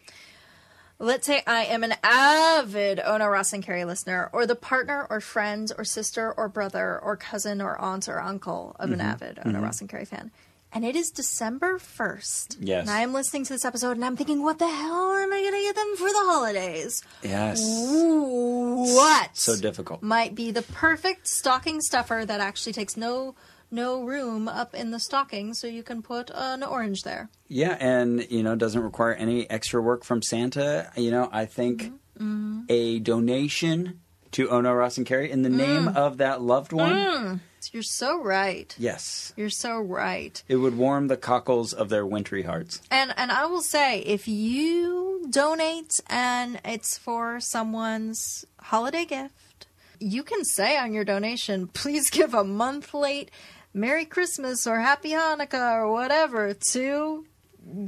Let's say I am an avid Ona Ross and Carrie listener, or the partner, or friend, or sister, or brother, or cousin, or aunt, or uncle of an Mm-hmm. avid Ona Ross and Carrie fan. And it is December 1st. Yes. And I am listening to this episode and I'm thinking, what the hell am I going to get them for the holidays? Yes. What? So difficult. might be the perfect stocking stuffer that actually takes no no room up in the stocking so you can put an orange there. Yeah, and you know, doesn't require any extra work from Santa. You know, I think Mm-hmm. a donation to Ono Ross and Carrie in the Mm. name of that loved one. You're so right. Yes. You're so right. It would warm the cockles of their wintry hearts. And and I will say if you donate and it's for someone's holiday gift, you can say on your donation, please give a month late Merry Christmas or Happy Hanukkah or whatever to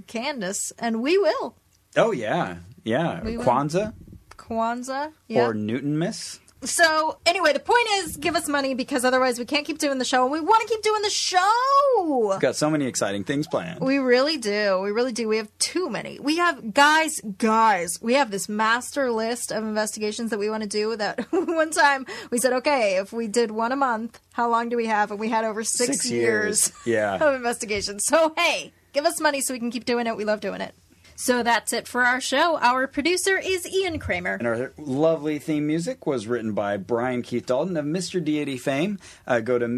Candace and we will. Oh yeah. Yeah. We will. Kwanzaa Kwanzaa. Yeah. or Newton Miss. So, anyway, the point is give us money because otherwise we can't keep doing the show and we want to keep doing the show. Got so many exciting things planned. We really do. We really do. We have too many. We have, guys, guys, we have this master list of investigations that we want to do. That one time we said, okay, if we did one a month, how long do we have? And we had over six, Six years. Yeah. of investigations. So, hey, give us money so we can keep doing it. We love doing it. So, that's it for our show. Our producer is Ian Kramer. And our lovely theme music was written by Brian Keith Dalton of Mr. Deity fame. Uh, go to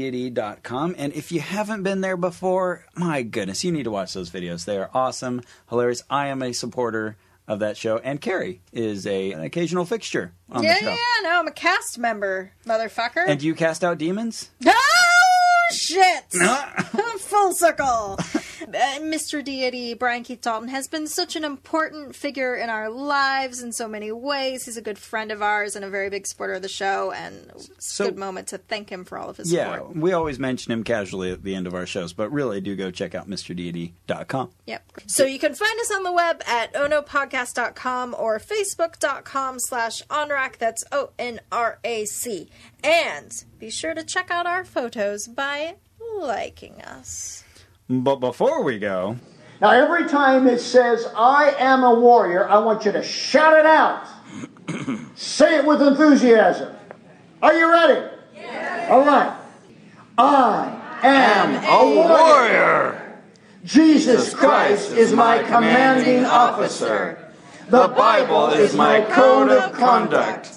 MrDeity.com. And if you haven't been there before, my goodness, you need to watch those videos. They are awesome, hilarious. I am a supporter of that show. And Carrie is a, an occasional fixture on yeah, the show. yeah, no, I'm a cast member, motherfucker. And you cast out demons? Oh shit! Full circle. Uh, Mr. Deity, Brian Keith Dalton, has been such an important figure in our lives in so many ways. He's a good friend of ours and a very big supporter of the show, and it's So- a good moment to thank him for all of his Yeah, support. we always mention him casually at the end of our shows, but really do go check out MrDeity.com. Yep. So you can find us on the web at onopodcast.com or facebook.com slash onrac. That's O-N-R-A-C. And be sure to check out our photos by liking us. But before we go, Now, every time it says, I am a warrior, I want you to shout it out. Say it with enthusiasm. Are you ready? All right. I am a warrior. Jesus Christ is my commanding officer. The Bible is my code of conduct.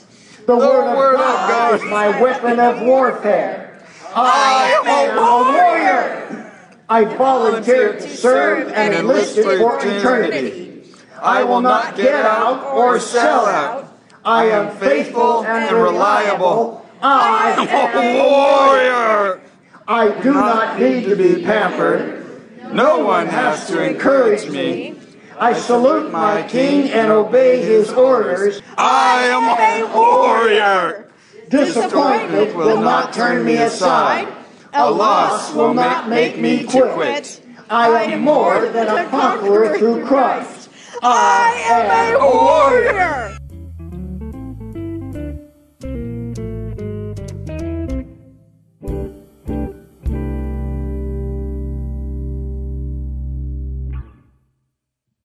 The, word, of word of God, is my weapon of warfare. I am a warrior. I volunteer to serve and enlisted for eternity. I will not get out or sell out. I am faithful and reliable. I am a warrior. warrior. I do not need to be pampered. No one has to encourage me. I salute my king and obey his orders. I am a warrior. Disappointment will not turn me aside. A loss will not make me quit. I am more than a conqueror through Christ. I am a warrior.